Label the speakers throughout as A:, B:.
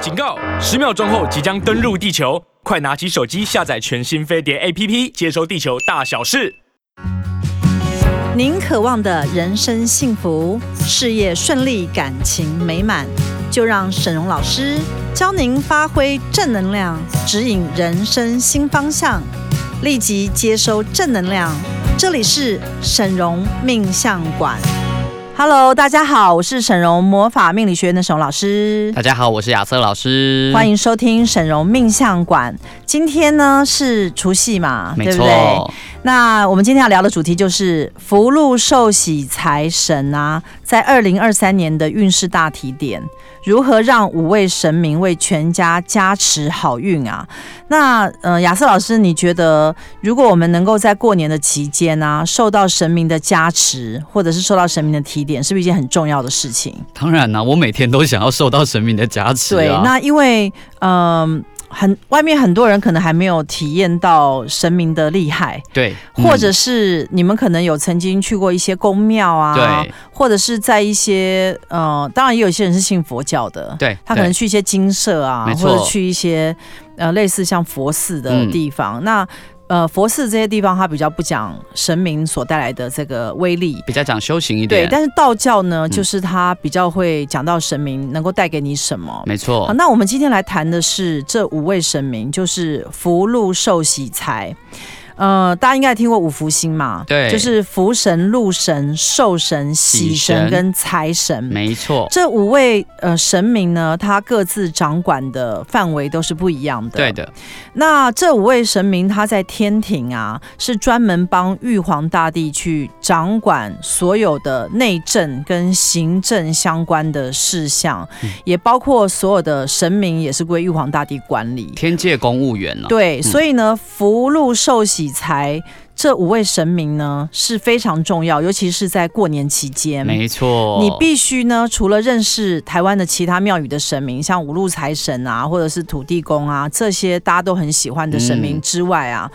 A: 警告！十秒钟后即将登陆地球，快拿起手机下载全新飞碟 APP，接收地球大小事。
B: 您渴望的人生幸福、事业顺利、感情美满，就让沈荣老师教您发挥正能量，指引人生新方向，立即接收正能量。这里是沈荣命相馆。Hello，大家好，我是沈荣魔法命理学院的沈荣老师
C: 大。家好，我是亚瑟老师，
B: 欢。迎收听沈荣命相馆。今天呢是除夕嘛，
C: 没
B: 对不
C: 错，
B: 对？那我们今天要聊的主题就是福禄寿喜财神啊，在二零二三年的运势大提点，如何让五位神明为全家加持好运啊？那呃，亚瑟老师，你觉得如果我们能够在过年的期间啊，受到神明的加持，或者是受到神明的提点，是不是一件很重要的事情？
C: 当然啦、我每天都想要受到神明的加持、啊。
B: 对，那因为嗯、很外面很多人可能还没有体验到神明的厉害，
C: 对，
B: 或者
C: 嗯
B: 是你们可能有曾经去过一些宫庙啊，
C: 对
B: 或者是在一些呃，当然也有一些人是信佛教的，
C: 对，
B: 他可能去一些精舍啊，
C: 没
B: 或
C: 错
B: 者去一些呃类似像佛寺的
C: 嗯
B: 地方。那呃，佛寺这些地方它比较不讲神明所带来的这个威力。
C: 比较讲修行一
B: 对
C: 点。，
B: 但是道教呢，
C: 嗯
B: 就是它比较会讲到神明能够带给你什么。
C: 没
B: 好，
C: 错，
B: 那我们今天来谈的是这五位神明，就是福禄寿喜财。呃，大家应该也听过五福星嘛？
C: 对
B: 就是福神、禄神、寿神、喜
C: 喜
B: 神
C: 神
B: 跟财神。
C: 没错，
B: 这五位呃神明呢，他各自掌管的范围都是不一样的。
C: 对。的，
B: 那这五位神明，他在天庭啊，是专门帮玉皇大帝去掌管所有的内政跟行政相关的事项，也包括所有的神明也是归玉皇大帝管理。
C: 天界公务员啊了、
B: 对，所以呢，福禄寿喜财这五位神明呢是非常重要，尤其是在过年期间。
C: 没错，
B: 你必须呢，除了认识台湾的其他庙宇的神明，像五路财神啊，或者是土地公啊，这些大家都很喜欢的神明
C: 嗯
B: 之外啊，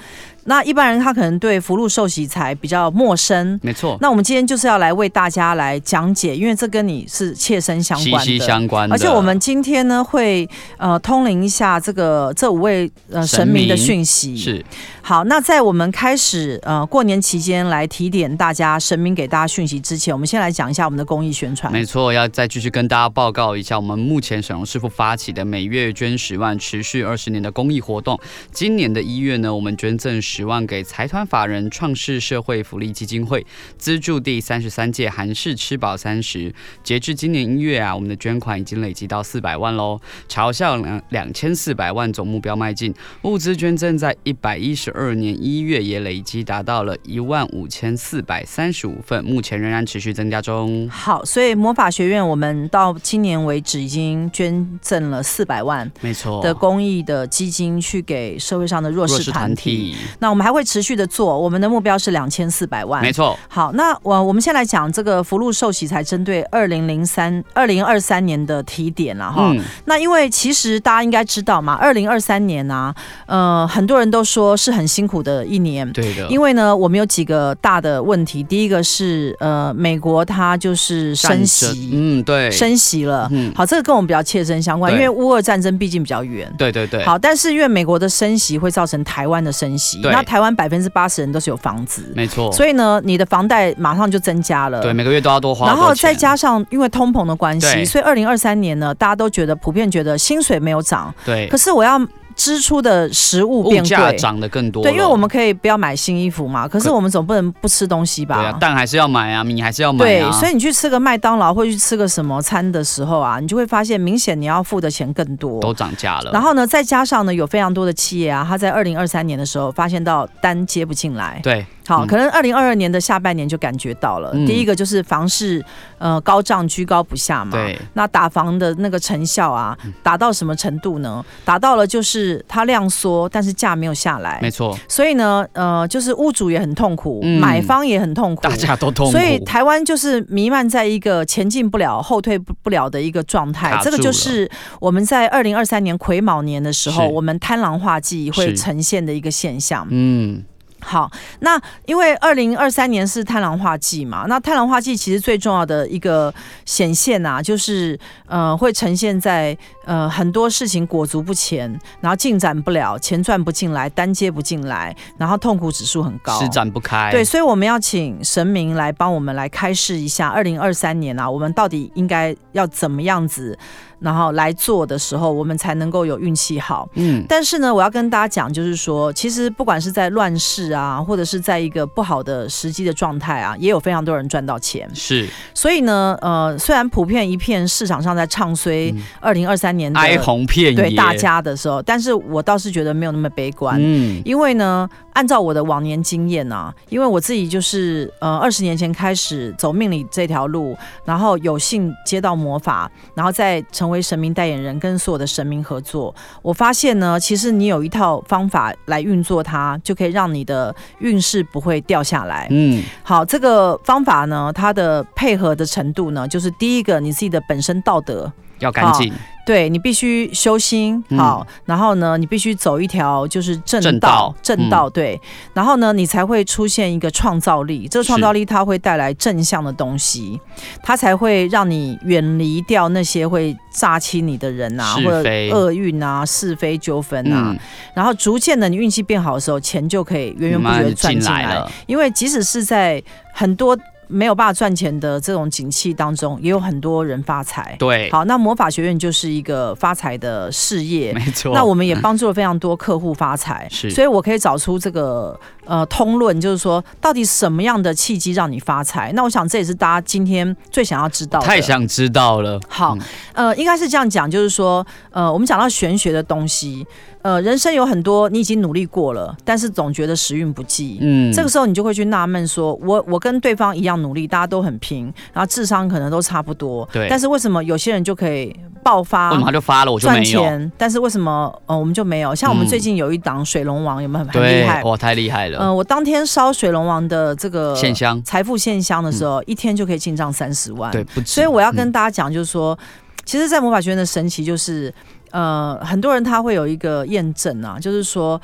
B: 那一般人他可能对福禄寿喜财比较陌生。
C: 没错，
B: 那我们今天就是要来为大家来讲解，因为这跟你是切身相
C: 息
B: 关的。
C: 息相关的。
B: 而且我们今天呢，会呃通灵一下这个这五位呃神
C: 神
B: 明的
C: 明
B: 讯息。
C: 是
B: 好，那在我们开始呃过年期间来提点大家神明给大家讯息之前，我们先来讲一下我们的公益宣传。
C: 没错，要再继续跟大家报告一下，我们目前沈荣师傅发起的每月捐十万、持续二十年的公益活动。今年的一月呢，我们捐赠十万给财团法人创世社会福利基金会，资助第三十三届韩式吃饱三十。截至今年一月啊，我们的捐款已经累积到四百万喽，朝向两两千四百万总目标迈进。物资捐赠在一百一十二年一月也累积达到了一万五千四百三十五份，目前仍然持续增加中。
B: 好，所以魔法学院我们到今年为止已经捐赠了四百万
C: 没错
B: 的公益的基金去给社会上的弱
C: 弱
B: 势
C: 势
B: 团
C: 团
B: 体。
C: 体，
B: 那我们还会持续的做，我们的目标是两千四百万。
C: 没错，
B: 好，那呃我我们先来讲这个福禄寿喜财针对二零零三、二零二三年的提点了哈。
C: 嗯，
B: 那因为其实大家应该知道嘛，二零二三年啊，呃，很多人都说是很辛苦的一年。
C: 对的，
B: 因为呢，我们有几个大的问题。第一个是，呃，美国它就是升
C: 战
B: 息
C: 争，嗯，对，
B: 升息了。
C: 嗯，
B: 好，这个跟我们比较切身相关，因
C: 对
B: 为乌俄战争毕竟比较远。
C: 对对对，，
B: 好，但是因为美国的升息会造成台湾的升息，
C: 对
B: 那台湾百分之八十人都是有房子，
C: 没错，
B: 所以呢，你的房贷马上就增加了。
C: 对，每个月都要多花
B: 然
C: 很多钱，
B: 后再加上因为通膨的关系，
C: 对
B: 所以二零二三年呢，大家都觉得普遍觉得薪水没有涨，
C: 对
B: 可，是我要支出的食物
C: 物
B: 变
C: 价
B: 贵。
C: 涨得更多了，
B: 对，因为我们可以不要买新衣服嘛，可是
C: 可
B: 我们总不能不吃东西吧？
C: 对啊，蛋还是要买啊，米还是要买
B: 对
C: 啊，
B: 所
C: 以
B: 以你去吃个麦当劳或去吃个什么餐的时候啊，你就会发现明显你要付的钱更多。
C: 都涨价了，
B: 然后呢，再加上呢，有非常多的企业啊，它在二零二三年的时候发现到单接不进来，
C: 对，
B: 好，
C: 嗯
B: 可能二零二二年的下半年就感觉到了。
C: 嗯
B: 第一个就是房市呃高涨居高不下嘛，
C: 对嗯
B: 那打房的那个成效啊，达到什么程度呢？达到了就是它量缩，但是价没有下来
C: 没，错，
B: 所以呢，呃，就是屋主也很痛苦，
C: 嗯
B: 买方也很痛苦，
C: 大家都痛苦，
B: 所以台湾就是弥漫在一个前进不了、后退不不了的一个状态
C: 卡。
B: 这个
C: 住
B: 就
C: 了
B: 是我们在二零二三年癸卯年的时候，
C: 是
B: 我们贪狼化忌会
C: 是
B: 呈现的一个现象。
C: 嗯，
B: 好，那因为二零二三年是太郎化季嘛，那太郎化季其实最重要的一个显现啊，就是呃会呈现在呃很多事情裹足不前，然后进展不了，钱赚不进来，单接不进来，然后痛苦指数很高，
C: 施展不开。
B: 对，，所以我们要请神明来帮我们来开示一下，二零二三年啊，我们到底应该要怎么样子，然后来做的时候，我们才能够有运气好。
C: 嗯，
B: 但是呢，我要跟大家讲，就是说，其实不管是在乱世啊，或者是在一个不好的时机的状态啊，也有非常多人赚到钱。
C: 是
B: 所以呢，呃，虽然普遍一片市场上在唱衰二零二三年的、
C: 哀鸿遍野。
B: 对大家的时候，但是我倒是觉得没有那么悲观。
C: 嗯，
B: 因为呢，按照我的往年经验啊，因为我自己就是呃二十年前开始走命理这条路，然后有幸接到魔法，然后再成为神明代言人，跟所有的神明合作。我发现呢，其实你有一套方法来运作它，就可以让你的运势不会掉下来。
C: 嗯，
B: 好，这个方法呢，它的配合的程度呢，就是第一个你自己的本身道德，
C: 要干净
B: 对你必须修心
C: 嗯
B: 好，然后呢，你必须走一条就是正
C: 正
B: 道
C: 道，嗯
B: 正道对，然后呢，你才会出现一个创造力，这个创造力它会带来正向的东西，它才会让你远离掉那些会诈欺你的人啊，
C: 是
B: 或者
C: 非
B: 厄运啊、是非纠纷
C: 嗯
B: 啊，然后逐渐的你运气变好的时候，钱就可以源源不
C: 慢慢
B: 绝
C: 地
B: 地赚
C: 进
B: 进来，
C: 了。
B: 因为即使是在很多没有办法赚钱的这种景气当中，也有很多人发财。
C: 对，
B: 好，那魔法学院就是一个发财的事业。
C: 没错。
B: 那我们也帮助了非常多客户发财，
C: 是
B: 所以我可以找出这个呃通论，就是说到底什么样的契机让你发财？那我想这也是大家今天最想要知道的。
C: 太想嗯知道了。
B: 好，呃，应该是这样讲，就是说，呃，我们讲到玄学的东西，呃，人生有很多你已经努力过了，但是总觉得时运不济，
C: 嗯，
B: 这个时候你就会去纳闷说，我我跟对方一样努力，大家都很拼，然后智商可能都差不多，
C: 对
B: 但是为什么有些人就可以爆发
C: 为什？么他就发了，我就
B: 赚
C: 没有？
B: 钱，但是为什么呃我们就没有？像我们
C: 嗯
B: 最近有一档水龙王，有没有很很厉
C: 对哦
B: 害，？
C: 哇，太厉害了！
B: 呃，我当天烧水龙王的这个
C: 现象
B: 财富现象的时候，一天就可以进账三十万。
C: 嗯对，，不止。
B: 所以我要跟
C: 嗯
B: 大家讲，就是说，其实，在魔法学院的神奇就是，呃，很多人他会有一个验证啊，就是说。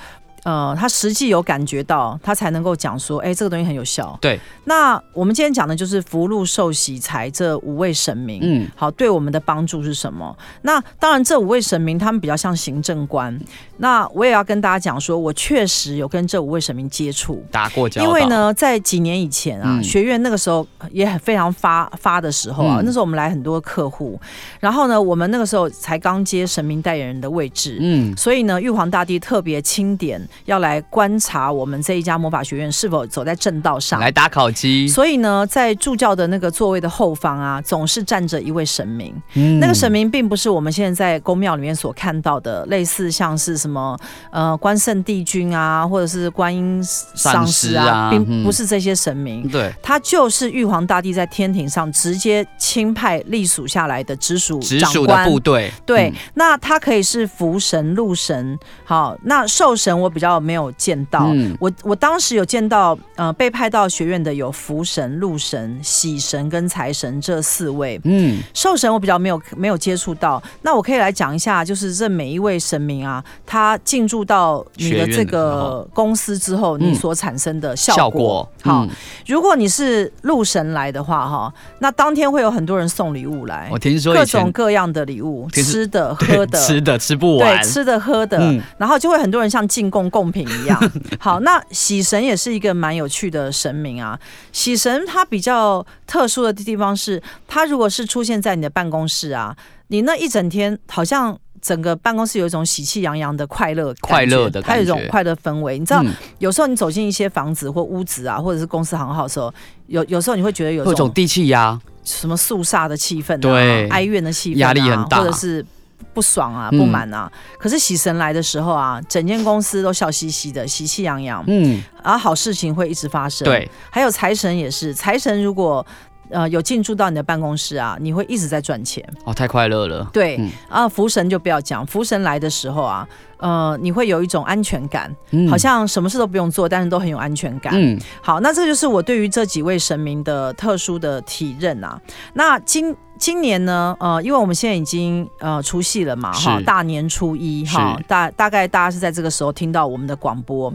B: 呃，他实际有感觉到，他才能够讲说，哎、这个东西很有效。
C: 对，
B: 那我们今天讲的就是福禄寿喜财这五位神明，
C: 嗯，
B: 好，对我们的帮助是什么？那当然，这五位神明他们比较像行政官。那我也要跟大家讲说，我确实有跟这五位神明接触。
C: 打过交道，
B: 因为呢，在几年以前啊，
C: 嗯
B: 学院那个时候也很非常发发的时候啊，
C: 嗯
B: 那时候我们来很多客户，然后呢，我们那个时候才刚接神明代言人的位置。
C: 嗯，
B: 所以呢，玉皇大帝特别钦点要来观察我们这一家魔法学院是否走在正道上。
C: 来打烤鸡，
B: 所以呢，在助教的那个座位的后方啊，总是站着一位神明。
C: 嗯
B: 那个神明并不是我们现在在宫庙里面所看到的，类似像是什么呃关圣帝君啊，或者是观音上师啊，
C: 上师啊
B: 并
C: 嗯
B: 不是这些神明。
C: 对
B: 他就是玉皇大帝在天庭上直接钦派隶属下来的直属
C: 直
B: 长
C: 属的
B: 官
C: 部，队，
B: 对，
C: 嗯
B: 那他可以是福神、禄神，好，那寿神我比较没有见到。
C: 嗯
B: 我我当时有见到，呃，被派到学院的有福神、禄神、喜神跟财神这四位，
C: 嗯，
B: 寿神我比较没有没有接触到。那我可以来讲一下，就是这每一位神明啊，他进驻到你的
C: 学院的
B: 这
C: 时
B: 个
C: 候
B: 公司之后，你
C: 嗯
B: 所产生的效果。
C: 效果
B: 好
C: 嗯，
B: 如果你是禄神来的话，哈，那当天会有很多人送礼物来
C: 我，听说
B: 各
C: 以前
B: 种各样的礼物，
C: 其实
B: 吃的、
C: 对
B: 喝的、
C: 吃的吃不
B: 对，
C: 完，
B: 吃的喝的，
C: 嗯
B: 然后就会很多人像进贡贡品一 样。好，那喜神也是一个蛮有趣的神明啊。喜神它比较特殊的地方是，它如果是出现在你的办公室啊，你那一整天好像。整个办公室有一种喜气洋洋的快乐感觉，
C: 快乐的
B: 它有一种
C: 感觉
B: 快乐氛围。你知道，
C: 嗯
B: 有时候你走进一些房子或屋子啊，或者是公司行号的时候，有有时候你会觉得有
C: 会有
B: 一种
C: 种地气压，
B: 什么肃杀的气氛、啊，
C: 对
B: 哀怨的气氛、啊，
C: 压力很大
B: 或者是不爽啊、
C: 嗯
B: 不满啊。可是喜神来的时候啊，整间公司都笑嘻嘻的、喜气洋洋，
C: 嗯，
B: 然后好事情会一直发生。，
C: 对，
B: 还有财神也是，财神如果。呃，有进驻到你的办公室啊，你会一直在赚钱。
C: 哦，太快乐了，
B: 对，
C: 嗯
B: 啊，福神就不要讲，福神来的时候啊，呃，你会有一种安全感，
C: 嗯
B: 好像什么事都不用做，但是都很有安全感。
C: 嗯，
B: 好，那这就是我对于这几位神明的特殊的体认啊。那今今年呢，呃，因为我们现在已经呃除夕了嘛，
C: 是
B: 哈，大年初一哈
C: 是，
B: 大大概大家是在这个时候听到我们的广播，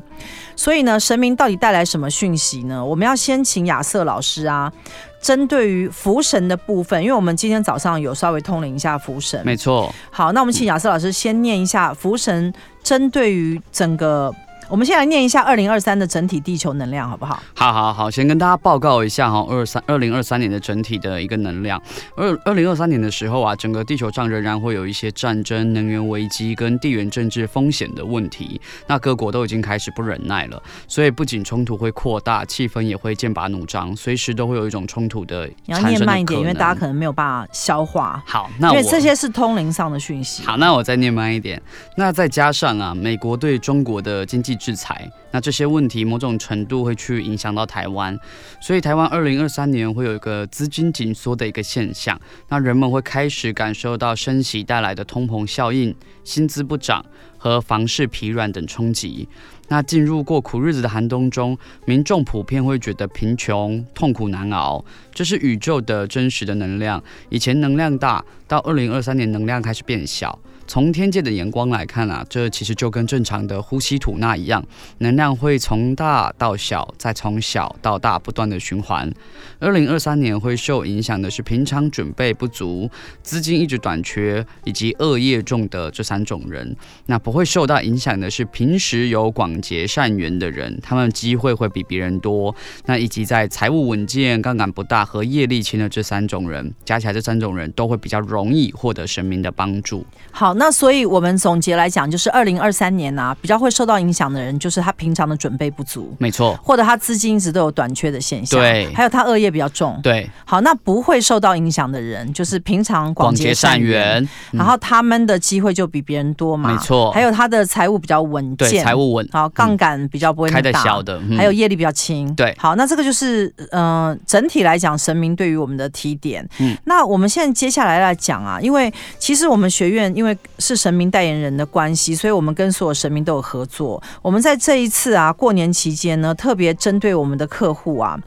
B: 所以呢，神明到底带来什么讯息呢？我们要先请亚瑟老师啊，针对于福神的部分，因为我们今天早上有稍微通灵一下福神，
C: 没错，
B: 好，那我们请亚瑟老师先念一下福神针对于整个，我们先来念一下二零二三的整体地球能量，好不好？
C: 好好好，先跟大家报告一下哈，二三二零二三年的整体的一个能量。二二零二三年的时候啊，整个地球上仍然会有一些战争、能源危机跟地缘政治风险的问题。那各国都已经开始不忍耐了，所以不仅冲突会扩大，气氛也会剑拔弩张，随时都会有一种冲突的
B: 你要
C: 产生的
B: 念慢一点，
C: 可
B: 因为
C: 能
B: 大家可能没有办法消化，
C: 好，那
B: 因
C: 我
B: 为这些是通灵上的讯息。
C: 好，那我再念慢一点。那再加上啊，美国对中国的经济制裁，那这些问题某种程度会去影响到台湾，所以台湾二零二三年会有一个资金紧缩的一个现象。那人们会开始感受到升息带来的通膨效应、薪资不涨和房市疲软等冲击。那进入过苦日子的寒冬中，民众普遍会觉得贫穷、痛苦难熬，这是宇宙的真实的能量。以前能量大，到二零二三年能量开始变小。从天界的眼光来看啊，这其实就跟正常的呼吸吐纳一样，能量会从大到小，再从小到大不断的循环。二零二三年会受影响的是平常准备不足、资金一直短缺以及恶业重的这三种人。那不会受到影响的是平时有广结善缘的人，他们机会会比别人多。那以及在财务稳健、杠杆不大和业力轻的这三种人，加起来这三种人都会比较容易获得神明的帮助。
B: 好，那所以我们总结来讲，就是二零二三年啊，比较会受到影响的人，就是他平常的准备不足，
C: 没错，
B: 或者他资金一直都有短缺的现象，
C: 对
B: 还有他恶业比较重。
C: 对，
B: 好，那不会受到影响的人，就是平常广
C: 广
B: 结
C: 结
B: 善
C: 善
B: 缘，
C: 缘，嗯
B: 然后他们的机会就比别人多嘛，
C: 没错
B: 还有他的财务比较稳
C: 对
B: 健，
C: 财务稳，
B: 好杠杆比较不会那
C: 开
B: 么
C: 的
B: 大，
C: 小的，嗯
B: 还有业力比较轻。
C: 对
B: 好，那这个就是呃，整体来讲，神明对于我们的提点。
C: 嗯，
B: 那我们现在接下来来讲啊，因为其实我们学院因为是神明代言人的关系，所以我们跟所有神明都有合作。我们在这一次啊，过年期间呢，特别针对我们的客户啊，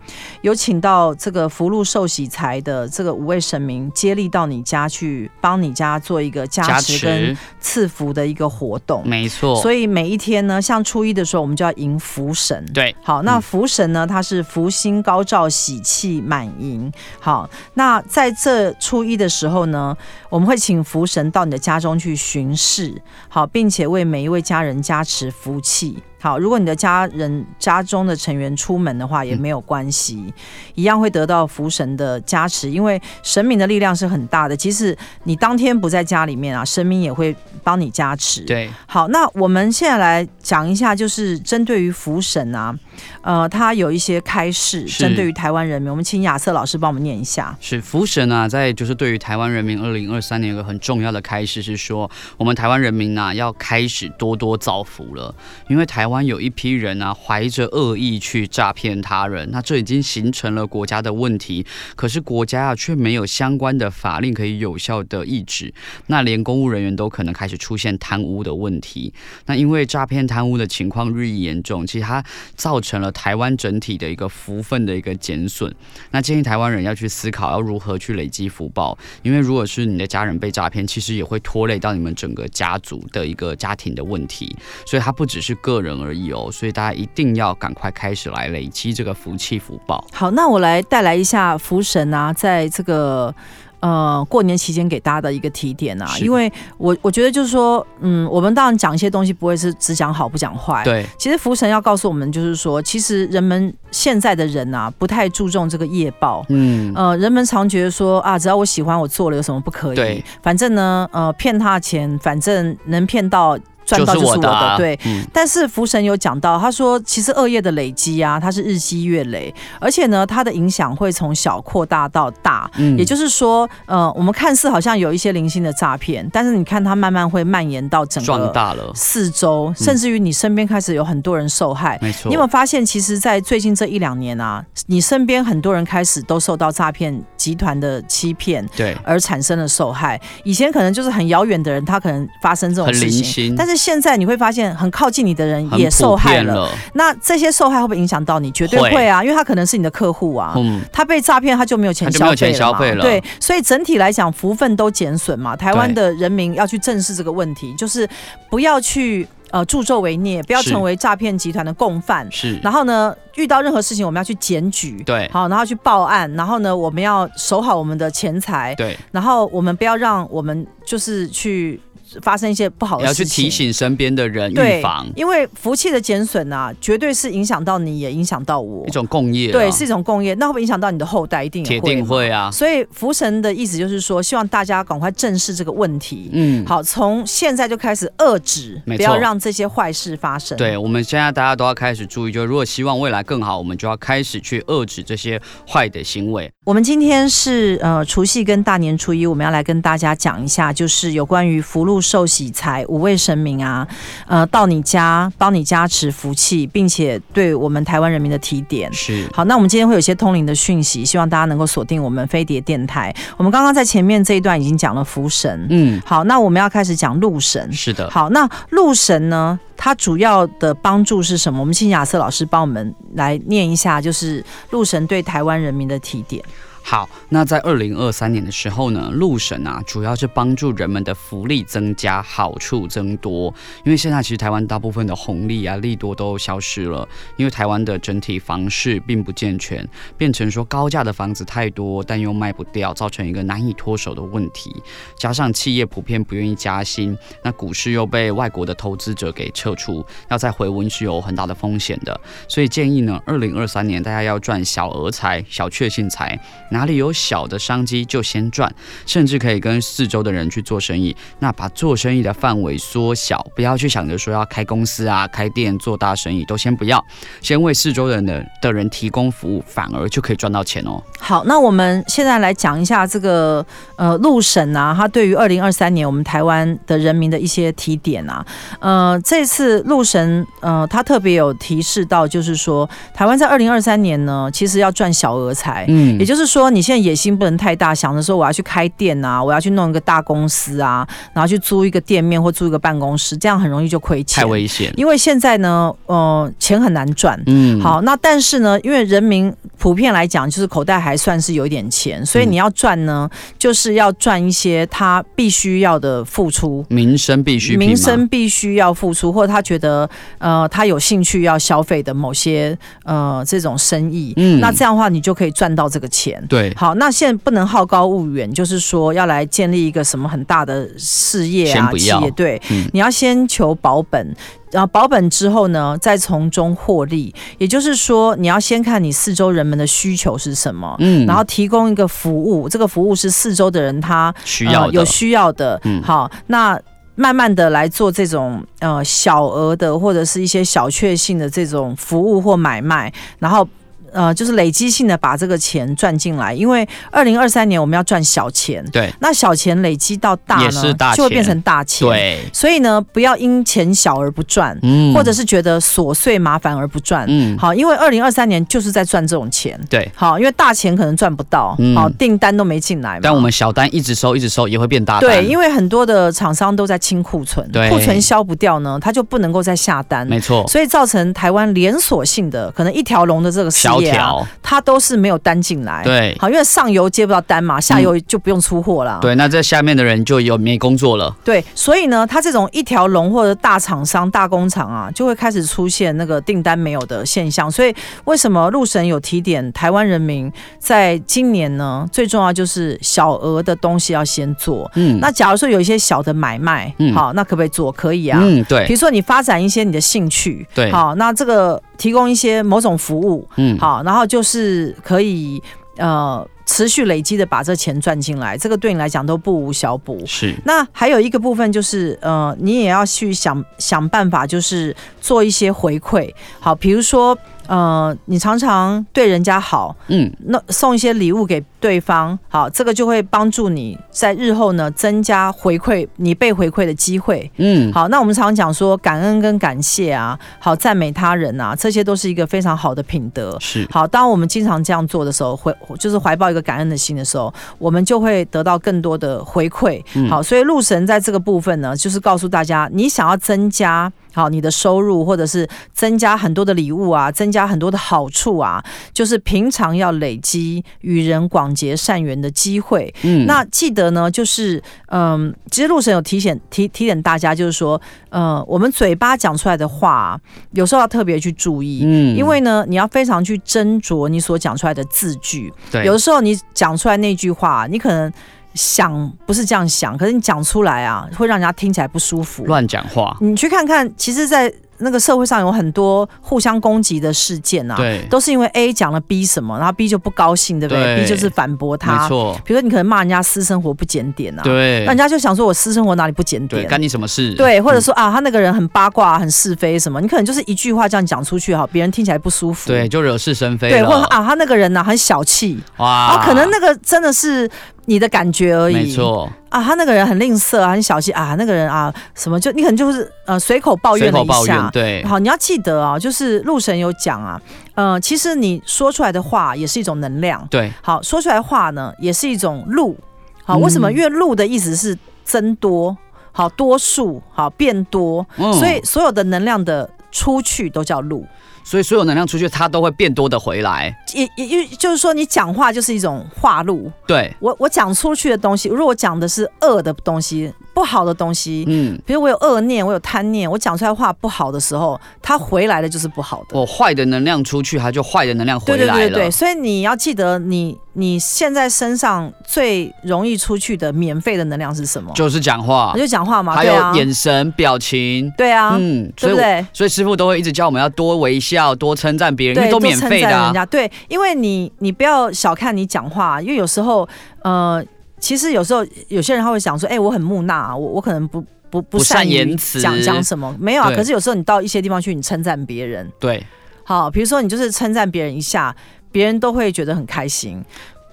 B: 有请到这个福禄寿喜财的这个五位神明接力到你家去，帮你家做一个加
C: 加
B: 持跟
C: 持，
B: 赐福的一个活动。
C: 没错，
B: 所
C: 以
B: 以每一天呢，像初一的时候，我们就要迎福神。
C: 对。
B: 好，那福神呢？它是福星高照，喜气满盈。好，那在这初一的时候呢，我们会请福神到你的家中去巡视，好，并且为每一位家人加持福气。好，如果你的家人家中的成员出门的话，也没有关系，一样会得到福神的加持，因为神明的力量是很大的。即使你当天不在家里面啊，神明也会帮你加持。
C: 对，
B: 好，那我们现在来讲一下，就是针对于福神啊，呃，他有一些开示，
C: 是
B: 针对于台湾人民，我们请亚瑟老师帮我们念一下。
C: 是福神啊，在就是对于台湾人民二零二三年有个很重要的开始是说，我们台湾人民呐、啊要开始多多造福了，因为台湾有一批人啊怀着恶意去诈骗他人，那这已经形成了国家的问题，可是国家啊却没有相关的法令可以有效的抑制，那连公务人员都可能开始出现贪污的问题，那因为诈骗贪污的情况日益严重，其实它造成了台湾整体的一个福分的一个减损。那建议台湾人要去思考要如何去累积福报，因为如果是你的家人被诈骗，其实也会拖累到你们整个家族的一个家庭的问题，所以它不只是个人而已哦，所以大家一定要赶快开始来累积这个福气福报。
B: 好，那我来带来一下福神啊，在这个。呃，过年期间给大家的一个提点啊，
C: 是
B: 因为我我觉得就是说，嗯，我们当然讲一些东西不会是只讲好不讲坏，
C: 对，
B: 其实福神要告诉我们，就是说，其实人们现在的人啊，不太注重这个业报，
C: 嗯，
B: 呃，人们常觉得说啊，只要我喜欢，我做了有什么不可以
C: 对？
B: 反正呢，呃，骗他的钱，反正能骗到赚到就是我的，
C: 啊
B: 对。，
C: 嗯，
B: 但是福神有讲到，他说其实恶业的累积啊，它是日积月累，而且呢，它的影响会从小扩大到大。
C: 嗯
B: 也就是说，呃，我们看似好像有一些零星的诈骗，但是你看它慢慢会蔓延到整
C: 壮
B: 个
C: 大嗯了，
B: 四周，甚至于你身边开始有很多人受害。
C: 没错，
B: 你有没有发现，其实，在最近这一两年啊，你身边很多人开始都受到诈骗集团的欺骗
C: 对，
B: 而产生了受害。以前可能就是很遥远的人，他可能发生这种
C: 很
B: 事
C: 零
B: 情，
C: 星，
B: 但
C: 是
B: 是现在你会发现，很靠近你的人
C: 很
B: 也受
C: 普
B: 害
C: 遍
B: 了。
C: 了。
B: 那这些受害会不会影响到你？绝对
C: 会
B: 会啊，因为他可能是你的客户啊。
C: 嗯，
B: 他被诈骗，他就没有钱
C: 他就
B: 消费了
C: 没有
B: 嘛。
C: 钱消费了
B: 对，所以整体来讲，福分都减损嘛。台湾
C: 对
B: 的人民要去正视这个问题，就是不要去呃助纣为虐，不要
C: 是
B: 成为诈骗集团的共犯。
C: 是，
B: 然后呢，遇到任何事情我们要去检举，
C: 对
B: 啊好，然后去报案，然后呢，我们要守好我们的钱财，
C: 对，
B: 然后我们不要让我们就是去发生一些不好
C: 也
B: 的
C: 要
B: 事
C: 去
B: 情。
C: 提醒身边的人
B: 对
C: 预防
B: 因为福气的减损啊，绝对是影响到你，也影响到我
C: 一。种共业啦，啊
B: 对，是一种共业，那会不会影响到你的后代？一定也
C: 铁
B: 会
C: 定
B: 嘛。
C: 会啊。
B: 所以福神的意思就是说，希望大家赶快正视这个问题。
C: 嗯，
B: 好，从现在就开始遏止，
C: 没
B: 不要
C: 错
B: 让这些坏事发生。
C: 对，我们现在大家都要开始注意，就如果希望未来更好，我们就要开始去遏制这些坏的行为。
B: 我们今天是呃除夕跟大年初一，我们要来跟大家讲一下，就是有关于福禄寿喜财五位神明啊，呃，到你家帮你加持福气，并且对我们台湾人民的提点。
C: 是，
B: 好，那我们今天会有一些通灵的讯息，希望大家能够锁定我们飞碟电台。我们刚刚在前面这一段已经讲了福神，
C: 嗯，
B: 好，那我们要开始讲禄神。
C: 是的，
B: 好，那禄神呢？它主要的帮助是什么？我们请亚瑟老师帮我们来念一下，就是禄神对台湾人民的提点。
C: 好，那在二零二三年的时候呢，路神啊，主要是帮助人们的福利增加，好处增多。因为现在其实台湾大部分的红利啊、利多都消失了，因为台湾的整体房市并不健全，变成说高价的房子太多，但又卖不掉，造成一个难以脱手的问题。加上企业普遍不愿意加薪，那股市又被外国的投资者给撤出，要再回温是有很大的风险的。所以建议呢，二零二三年大家要赚小额财、小确幸财。哪里有小的商机就先赚，甚至可以跟四周的人去做生意。那把做生意的范围缩小，不要去想着说要开公司啊、开店做大生意，都先不要，先为四周的人的的人提供服务，反而就可以赚到钱哦。
B: 好，那我们现在来讲一下这个呃陆审啊，他对于二零二三年我们台湾的人民的一些提点啊。呃，这次陆神呃，他特别有提示到，就是说台湾在二零二三年呢，其实要赚小额财。
C: 嗯
B: 也就是说，你现在野心不能太大，想着说我要去开店啊，我要去弄一个大公司啊，然后去租一个店面或租一个办公室，这样很容易就亏钱
C: 太。危险。
B: 因为现在呢，呃，钱很难赚，
C: 嗯，
B: 好，那但是呢，因为人民普遍来讲，就是口袋还算是有一点钱，所以
C: 嗯
B: 你要赚呢，就是要赚一些他必须要的付出。
C: 民生必需品嘛
B: 民生必须要付出，或者他觉得呃他有兴趣要消费的某些呃这种生意，
C: 嗯
B: 那这样的话你就可以赚到这个钱。
C: 对
B: 好，那现在不能好高骛远，就是说要来建立一个什么很大的事业
C: 先
B: 啊，
C: 不
B: 企
C: 要
B: 业对，
C: 嗯
B: 你要先求保本。然后保本之后呢，再从中获利，也就是说，你要先看你四周人们的需求是什么，
C: 嗯
B: 然后提供一个服务，这个服务是四周的人他
C: 需要
B: 呃、
C: 的
B: 有需要的，
C: 嗯
B: 好，那慢慢的来做这种呃小额的或者是一些小确幸的这种服务或买卖，然后。呃，就是累积性的把这个钱赚进来，因为二零二三年我们要赚小钱，
C: 对
B: 那小钱累积到大呢，
C: 也是大
B: 就会变
C: 钱
B: 成大钱。，
C: 对，
B: 所以呢，不要因钱小而不赚，
C: 嗯
B: 或者是觉得琐碎麻烦而不赚。
C: 嗯
B: 好，因为二零二三年就是在赚这种钱。
C: 对。
B: 好，因为大钱可能赚不到，
C: 嗯
B: 好订单都没进来嘛。
C: 但我们小单一直收，一直收也会变大单。
B: 对，因为很多的厂商都在清库存，
C: 对
B: 库存消不掉呢，它就不能够再下单，
C: 没错，
B: 所以造成台湾连锁性的可能一条龙的这个事
C: 萧
B: 业啊，
C: 条。
B: 它都是没有单进来。，
C: 对嗯
B: 好，因为上游接不到单嘛，下游就不用出货啦。
C: 对，那这下面的人就有没工作了。
B: 对，所以呢，它这种一条龙或者大厂商、大工厂啊，就会开始出现那个订单没有的现象。所以为什么陆神有提点台湾人民，在今年呢，最重要就是小额的东西要先做。
C: 嗯
B: 那假如说有一些小的买卖，
C: 嗯
B: 好，那可不可以做？可以啊。
C: 嗯，
B: 比
C: 对
B: 如说你发展一些你的兴趣，
C: 对，
B: 好，那这个提供一些某种服务，
C: 嗯，
B: 好，然后就是可以呃持续累积的把这钱赚进来，这个对你来讲都不无小补。
C: 是，
B: 那还有一个部分就是，呃，你也要去想想办法，就是做一些回馈。好，比如说，呃，你常常对人家好，
C: 嗯，
B: 那送一些礼物给对方，好，这个就会帮助你在日后呢增加回馈你被回馈的机会。
C: 嗯，
B: 好，那我们常常讲说感恩跟感谢啊，好赞美他人啊，这些都是一个非常好的品德。
C: 是，
B: 好，当我们经常这样做的时候，回就是怀抱一个感恩的心的时候，我们就会得到更多的回馈。
C: 嗯
B: 好，所以路神在这个部分呢，就是告诉大家，你想要增加好你的收入，或者是增加很多的礼物啊，增加很多的好处啊，就是平常要累积与人广结善缘的机会。
C: 嗯，
B: 那记得呢，就是嗯，其实陆神有提醒提提点大家，就是说，呃，我们嘴巴讲出来的话啊，有时候要特别去注意。
C: 嗯
B: 因为呢，你要非常去斟酌你所讲出来的字句。
C: 对，
B: 有的时候你讲出来那句话，你可能想不是这样想，可是你讲出来啊，会让人家听起来不舒服。
C: 乱讲话，
B: 你去看看，其实，在那个社会上有很多互相攻击的事件啊，
C: 对，
B: 都是因为 A 讲了 B 什么，然后 B 就不高兴，对不对
C: 对
B: b 就是反驳他，
C: 没错，
B: 比如说你可能骂人家私生活不检点啊，
C: 对
B: 那，人家就想说我私生活哪里不检
C: 对，嗯
B: 点？
C: 干你什么事？
B: 对或者说啊，他那个人很八卦、很是非什么，你可能就是一句话这样讲出去哈，别人听起来不舒服。
C: 对，就惹是生非
B: 嗯对，
C: 了
B: 或者说啊，他那个人呢、很小气，
C: 哇
B: 啊，可能那个真的是你的感觉而已。
C: 没错，
B: 啊，他那个人很吝啬啊，很小气啊，那个人啊什么就你可能就是呃随口抱
C: 随
B: 怨了
C: 口
B: 一
C: 抱
B: 下
C: 怨，。对，
B: 好，你要记得啊、就是陆神有讲啊，呃，其实你说出来的话也是一种能量。
C: 对，
B: 好，说出来话呢，也是一种路。好，为什么？
C: 嗯
B: 因为路的意思是增多，好多数，好变多，
C: 嗯
B: 所以所有的能量的出去都叫路。
C: 所以所有能量出去，它都会变多的回来。
B: 也也也就是说，你讲话就是一种话路。
C: 对，
B: 我我讲出去的东西，如果我讲的是恶的东西、不好的东西，
C: 嗯，
B: 比如我有恶念，我有贪念，我讲出来话不好的时候，它回来的就是不好的。
C: 我坏的能量出去，它就坏的能量回
B: 对对
C: 来
B: 对
C: 了
B: 对，。所以你要记得你，你现在身上最容易出去的免费的能量是什么？
C: 就是讲话
B: 我，就讲话嘛，
C: 还
B: 对啊
C: 有，眼神、表情，
B: 对啊，
C: 嗯，
B: 对
C: 所以
B: 不
C: 我
B: 对？
C: 所以师傅都会一直教我们要多微笑、多称赞别人，因
B: 对，
C: 为都免费
B: 多称
C: 的、
B: 赞
C: 啊
B: 人。家对，因为你你不要小看你讲话，因为有时候呃，其实有时候有些人他会想说，哎、我很木讷、啊，我我可能不。不不
C: 不善
B: 善于
C: 言辞
B: 讲讲什么没有啊？
C: 对
B: 可是有时候你到一些地方去，你称赞别人，
C: 对，
B: 好，比如说你就是称赞别人一下，别人都会觉得很开心。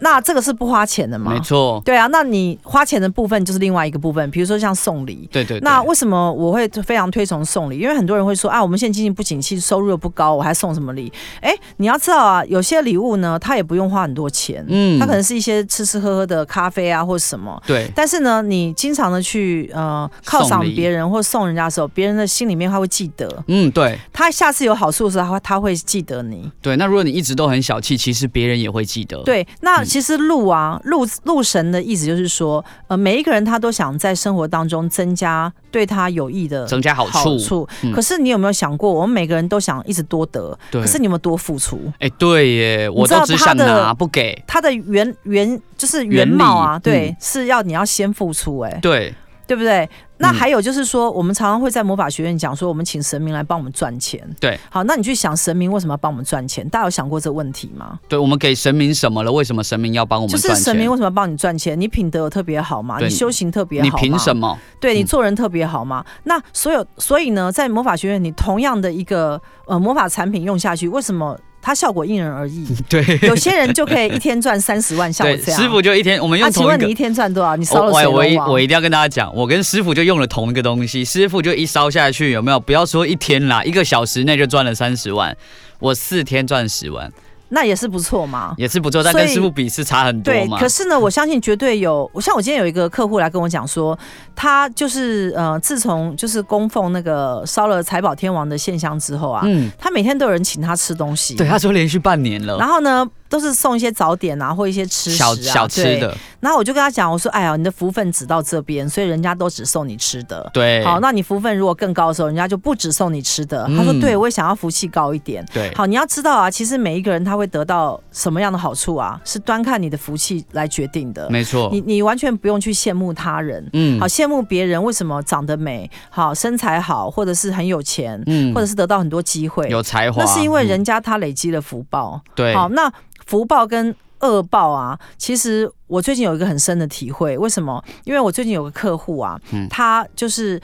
B: 那这个是不花钱的嘛？
C: 没错，
B: 对啊，那你花钱的部分就是另外一个部分，比如说像送礼，
C: 对对对。
B: 那为什么我会非常推崇送礼？因为很多人会说啊，我们现在经济不景气，收入又不高，我还送什么礼？哎，你要知道啊，有些礼物呢，它也不用花很多钱，
C: 嗯
B: 它可能是一些吃吃喝喝的咖啡啊，或什么。
C: 对
B: 但是呢，你经常的去呃犒赏
C: 送礼
B: 别人或送人家的时候，别人的心里面他会记得，
C: 嗯，对
B: 他下次有好处的时候，他会他会记得你。
C: 对，那如果你一直都很小气，其实别人也会记得。，
B: 对，那
C: 嗯
B: 其实路啊，路路神的意思就是说，呃，每一个人他都想在生活当中增加对他有益的
C: 增加好
B: 好
C: 处。
B: 处
C: 嗯。
B: 可是你有没有想过，我们每个人都想一直多得，
C: 对
B: 可是你有没有多付出？
C: 哎、对耶，我
B: 知道
C: 都只想
B: 他的
C: 拿不给。
B: 它的原原就是原貌啊，对，是要你要先付出、哎，
C: 嗯对，
B: 对不对？那
C: 嗯
B: 还有就是说，我们常常会在魔法学院讲说，我们请神明来帮我们赚钱。
C: 对，
B: 好，那你去想神明为什么要帮我们赚钱？大家有想过这个问题吗？
C: 对，我们给神明什么了？为什么神明要帮我
B: 就
C: 们
B: 是
C: 赚
B: 神
C: 钱？
B: 明为什么要帮你赚钱？你品德有特别好吗？
C: 对
B: 你修行特别好
C: 你
B: 吗？
C: 凭什么？
B: 对你
C: 嗯
B: 做人特别好嘛？那所有所以呢，在魔法学院，你同样的一个呃魔法产品用下去，为什么它效果因人而 异？
C: 对
B: 有些人就可以一天赚三十万，像我
C: 对，
B: 这样。
C: 师傅就一天，我们
B: 啊，
C: 用
B: 请
C: 同一
B: 问
C: 个。
B: 你一天赚多少？你烧
C: 我
B: 了谁
C: 我我一
B: 龙
C: 我
B: 王？
C: 一定要跟大家讲，我跟师傅就用了同一个东西，师傅就一烧下去，有没有？不要说一天啦，一个小时内就赚了三十万，我四天赚十万，
B: 那也是不错嘛。
C: 也是不错，但
B: 所以
C: 跟师傅比是差很多
B: 对，
C: 嘛。
B: 可是呢，我相信绝对有。我像我今天有一个客户来跟我讲说，他就是呃，自从就是供奉那个烧了财宝天王的现象之后啊，
C: 嗯，
B: 他每天都有人请他吃东西。
C: 对，他说连续半年
B: 然
C: 了，
B: 后呢，都是送一些早点啊，或一些吃食啊，
C: 小小吃
B: 对
C: 的，
B: 然后我就跟他讲，我说：“哎呀，你的福分只到这边，所以人家都只送你吃的。
C: 对，
B: 好，那你福分如果更高的时候，人家就不只送你吃的。”他说
C: 嗯：“
B: 对，我也想要福气高一点。”
C: 对，
B: 好，你要知道啊，其实每一个人他会得到什么样的好处啊，是端看你的福气来决定的。
C: 没错
B: 你，你完全不用去羡慕他人，
C: 嗯
B: 好，羡慕别人为什么长得美，好身材好，或者是很有钱，
C: 嗯
B: 或者是得到很多机会，
C: 有才华，
B: 那是因为
C: 嗯
B: 人家他累积了福报。
C: 对，
B: 好，那福报跟恶报啊，其实
C: 嗯
B: 我最近有一个很深的体会，为什么？因为我最近有个客户啊，他就是。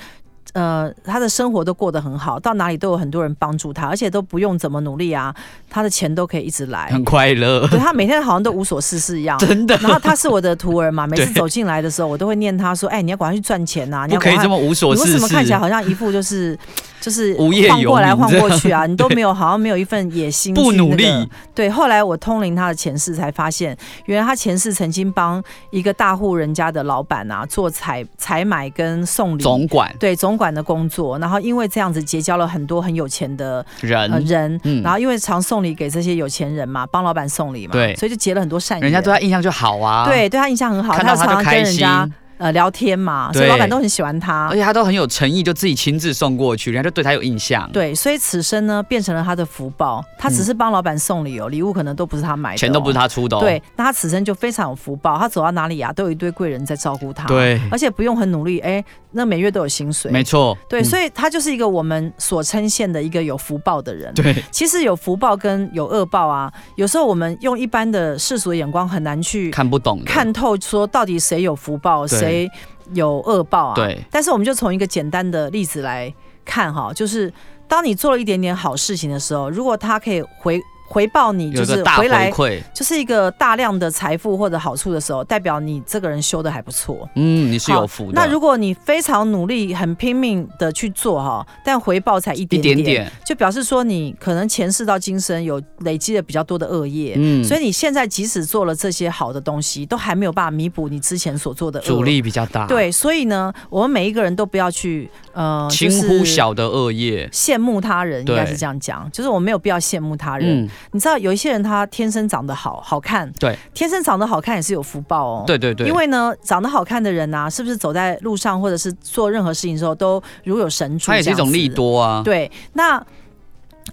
B: 呃，他的生活都过得很好，到哪里都有很多人帮助他，而且都不用怎么努力啊，他的钱都可以一直来。
C: 很快乐，，
B: 对他啊每天好像都无所事事一样
C: 真的
B: 然后他是我的徒儿 嘛，每次
C: 对
B: 走进来的时候，我都会念他说：“哎、你要赶快去赚钱呐、你
C: 不
B: 要
C: 可
B: 赶
C: 以
B: 快
C: 这么无所
B: 你为
C: 事
B: 什么
C: 事。
B: 看起来好像一副就是就是
C: 无业
B: 晃
C: 游
B: 过来
C: 民
B: 晃
C: 这
B: 过
C: 样
B: 去啊？你都
C: 对
B: 没有好像没有一份野心、
C: 不努力。
B: 对，后来我通灵他的前世才发现，原来他前世曾经帮一个大户人家的老板啊做采采买跟送礼。
C: 总管
B: 对总管的工作，然后因为这样子结交了很多很有钱的
C: 人、
B: 呃人，
C: 嗯
B: 然后因为常送礼给这些有钱人嘛，帮老板送礼嘛，
C: 对
B: 所以就结了很多善
C: 人
B: 缘，
C: 家对他印象就好啊，，
B: 对对他印象很好，
C: 看到
B: 常
C: 他就
B: 常跟
C: 开
B: 人
C: 心，
B: 家呃聊天嘛，所以
C: 对
B: 老板都很喜欢他
C: 而。且他都很有诚意，就自己亲自送过去，人家就对他有印象，，
B: 对，所以此生呢变成了他的福报。他只是帮老板送礼哦，礼物可能都不是他买的、
C: 钱都不是
B: 他、
C: 他出的、哦，
B: 对，那他此生就非常有福报，他走到哪里啊，都有一堆贵人在照顾他。，
C: 对，
B: 而且不用很努力，哎，那每月都有薪水。
C: 没
B: 啊
C: 错，嗯
B: 对，
C: 以
B: 所以他就是一个我们所称羡的一个有福报的人。
C: 对
B: 其实有福报跟有恶报啊，有时候我们用一般的世俗的眼光很难去
C: 看不懂的，
B: 看透，说到底谁有福报，
C: 对
B: 谁有恶报啊？
C: 对
B: 但是我们就从一个简单的例子来看哈，就是当你做了一点点好事情的时候，如果他可以回回报你，
C: 有
B: 就
C: 一
B: 是
C: 个大
B: 回
C: 回
B: 来
C: 馈，
B: 就是一个大量的财富或者好处的时候，代表你这个人修的还不错。
C: 嗯，你是有福的，
B: 那如果你非常努力、很拼命的去做哈，但回报才一
C: 一
B: 点
C: 点
B: 点，
C: 点，
B: 就表示说你可能前世到今生有累积了比较多的恶业。
C: 嗯，
B: 所
C: 以
B: 以你现在即使做了这些好的东西，都还没有办法弥补你之前所做的恶
C: 阻力比较大，，
B: 对，所以呢，我们每一个人都不要去呃，
C: 轻
B: 就
C: 忽
B: 是
C: 小的恶业，
B: 羡慕他人，应该
C: 对
B: 是这样讲，就是我们没有必要羡慕他人。
C: 嗯，
B: 你知道有一些人他天生长得好好看，
C: 对，
B: 天生长得好看也是有福报哦。。
C: 对对对，
B: 因为呢，长得好看的人呐、啊是不是走在路上或者是做任何事情的时候都如有神助？
C: 它也是一种利。多啊，
B: 对，那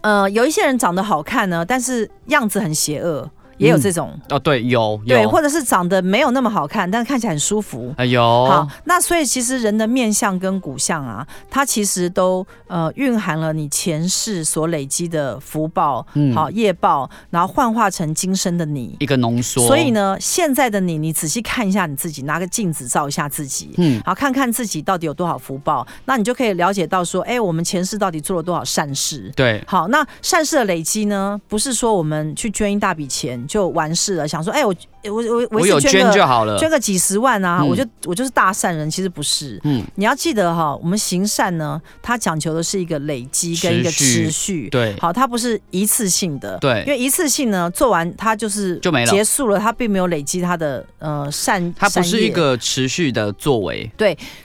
B: 呃，有一些人长得好看呢，但是样子很邪恶，也有
C: 嗯
B: 这种。
C: 哦，对，有
B: 对，
C: 有，
B: 或者是长得没有那么好看，但是看起来很舒服。
C: 哎有
B: 好，，那所以其实人的面相跟骨相啊，它其实都呃蕴含了你前世所累积的福报，
C: 嗯
B: 好、业报，然后幻化成今生的你。
C: 一个浓缩，
B: 所以，呢，现在的你，你仔细看一下你自己，拿个镜子照一下自己。
C: 嗯，
B: 好，看看自己到底有多少福报，那你就可以了解到说，哎，我们前世到底做了多少善事。
C: 对，
B: 好，那善事的累积呢，不是说我们去捐一大笔钱就完事了，想说，哎，我我我
C: 我
B: 一次
C: 有
B: 个
C: 捐就好了，
B: 捐个几十万啊，
C: 嗯
B: 我就我就是大善人，其实不是。
C: 嗯，
B: 你要记得哈、我们行善呢，它讲求的是一个累积跟一个
C: 持续
B: 持续。
C: 对，
B: 好，它不是一次性的。
C: 对
B: 因为一次性呢，做完它就是
C: 就没了
B: 结束了，它并没有累积它的呃善。
C: 它不是
B: 善业
C: 一，个持续的作为，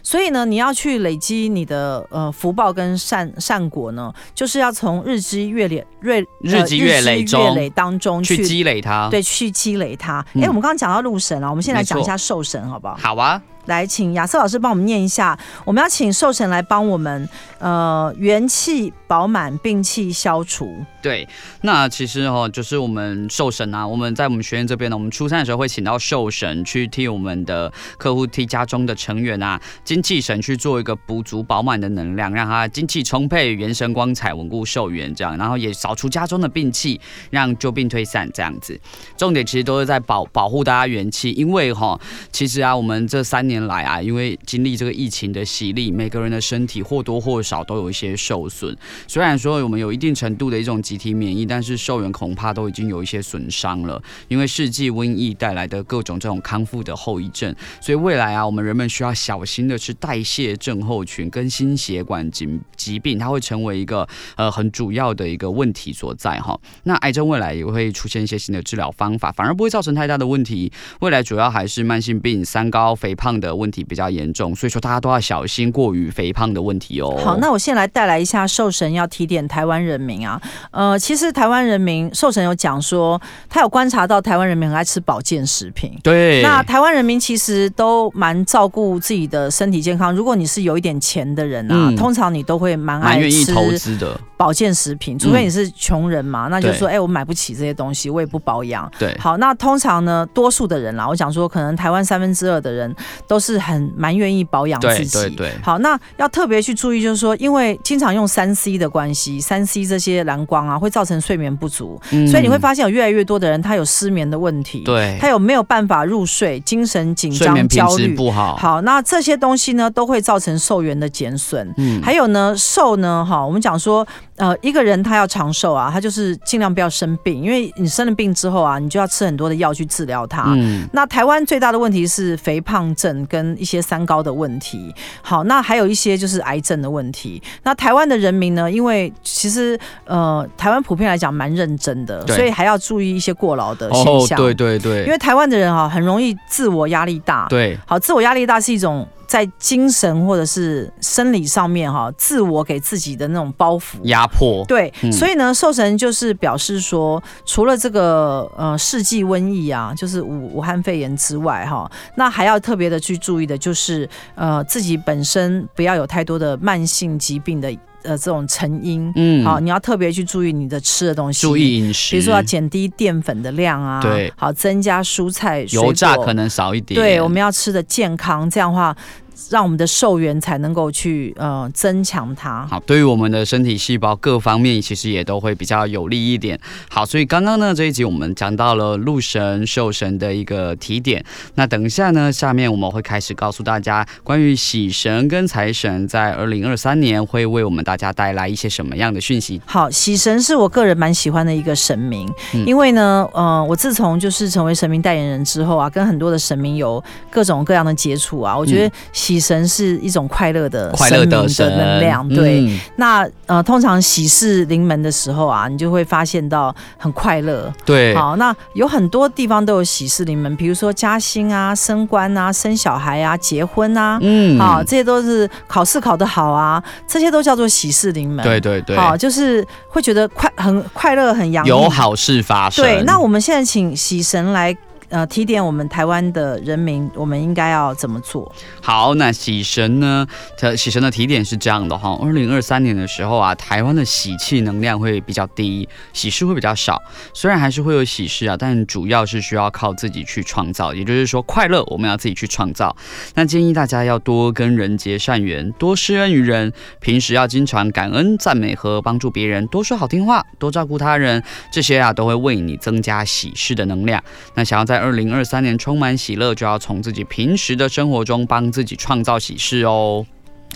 B: 所以呢，你要去累积你的呃福报跟善善果呢，就是要从日积月累、月
C: 日积月累中
B: 月累当中
C: 去
B: 去
C: 积累它。，
B: 对去积累它。哎、
C: 嗯
B: 我们刚刚讲到禄神啊，我们现在
C: 没错
B: 讲一下寿神好不好？
C: 好啊，
B: 来，请亚瑟老师帮我们念一下。我们要请寿神来帮我们，呃，元气饱满，病气消除。
C: 对，那其实哦，就是我们寿神啊，我们在我们学院这边呢，我们初三的时候会请到寿神去替我们的客户、替家中的成员啊，精气神去做一个补足饱满的能量，让他精气充沛、元神光彩、稳固寿元这样，然后也扫除家中的病气，让旧病退散这样子。重点其实都是在保保护大家元气，因为哈、其实啊，我们这三年来啊，因为经历这个疫情的洗礼，每个人的身体或多或少都有一些受损。虽然说我们有一定程度的一种集体免疫，但是寿元恐怕都已经有一些损伤了，因为世纪瘟疫带来的各种这种康复的后遗症。所以未来啊，我们人们需要小心的是代谢症候群跟心血管疾疾病，它会成为一个呃很主要的一个问题所在哈。那癌症未来也会出现一些新的治疗方法，反而不会造成太大的问题。未来主要还是慢性病、三高、肥胖的问题比较严重，所以说大家都要小心过于肥胖的问题哦。
B: 好，那我先来带来一下寿神要提点台湾人民啊。呃，其实台湾人民寿神有讲说，他有观察到台湾人民很爱吃保健食品。
C: 对，
B: 那台湾人民其实都蛮照顾自己的身体健康。如果你是有一点钱的人啊，
C: 嗯
B: 通常你都会蛮
C: 蛮
B: 爱
C: 愿意
B: 吃
C: 投资的，
B: 保健食品，除非你是穷人嘛，那就说哎、我买不起这些东西，我也不保养。
C: 对，
B: 好，那通常呢，多数的人啦，我讲说，可能台湾三分之二的人都是很蛮愿意保养
C: 对
B: 自己。
C: 对对
B: 好，那要特别去注意，就是说，因为经常用三 C 一的关系，三 C 这些蓝光啊，会造成睡眠不足，
C: 嗯
B: 所以你会发现有越来越多的人他有失眠的问题，，
C: 对
B: 他有没有办法入睡，精神紧
C: 睡
B: 张、
C: 眠品
B: 焦
C: 质
B: 虑。
C: 不好，
B: 好，那这些东西呢，都会造成寿元的减损。
C: 嗯，
B: 还有呢，寿呢，哈，我们讲说，呃，一个人他要长寿啊，他就是尽量不要生病，因为你生了病之后啊，你就要吃很多的药去治疗它。
C: 嗯
B: 那台湾最大的问题是肥胖症跟一些三高的问题。好，那还有一些就是癌症的问题。那台湾的人民呢，因为其实呃，台湾普遍来讲蛮认真的，
C: 对
B: 所以还要注意一些过劳的现
C: 哦，
B: 象。
C: 对对对，
B: 呃因为台湾的人哈、很容易自我压力大。
C: 对
B: 好，自我压力大是一种在精神或者是生理上面哈、自我给自己的那种包袱。
C: 压迫，
B: 对，
C: 嗯
B: 所以呢，寿神就是表示说，除了这个呃世纪瘟疫啊，就是武武汉肺炎之外，哈，那还要特别的去注意的就是，呃，自己本身不要有太多的慢性疾病的呃这种成因，
C: 嗯，
B: 好，你要特别去注意你的吃的东西，
C: 注意饮食，
B: 比如说要减低淀粉的量啊，
C: 对
B: 好，增加蔬菜、水
C: 油炸
B: 果
C: 可能少一点，
B: 对，我们要吃的健康，这样的话，让我们的寿元才能够去呃增强它。
C: 好，对于我们的身体细胞各方面，其实也都会比较有利一点。好，所以刚刚呢这一集我们讲到了鹿神、兽神的一个提点。那等一下呢，下面我们会开始告诉大家关于喜神跟财神在二零二三年会为我们大家带来一些什么样的讯息。
B: 好，喜神是我个人蛮喜欢的一个神明，
C: 嗯
B: 因为呢，呃，我自从就是成为神明代言人之后啊，跟很多的神明有各种各样的接触啊，我觉
C: 嗯
B: 得喜神是一种快乐的
C: 快乐
B: 神
C: 的
B: 明
C: 神
B: 能量。对，
C: 嗯
B: 那呃，通常喜事临门的时候啊，你就会发现到很快乐，
C: 对，
B: 好，那有很多地方都有喜事临门，比如说加薪啊、升官啊、生小孩啊、结婚啊，
C: 嗯
B: 好、这些都是考试考得好啊，这些都叫做喜事临门。
C: 对对对，
B: 好、就是会觉得快很快乐很洋溢。
C: 有好事发生。
B: 对，那我们现在请喜神来呃提点我们台湾的人民，我们应该要怎么做？
C: 好，那喜神呢？它喜神的提点是这样的哈，二零二三年的时候啊，台湾的喜气能量会比较低，喜事会比较少。虽然还是会有喜事啊，但主要是需要靠自己去创造，也就是说，快乐我们要自己去创造。那建议大家要多跟人结善缘，多施恩于人，平时要经常感恩、赞美和帮助别人，多说好听话，多照顾他人，这些啊都会为你增加喜事的能量。那想要在二零二三年充满喜乐，就要从自己平时的生活中帮自己创造喜事哦。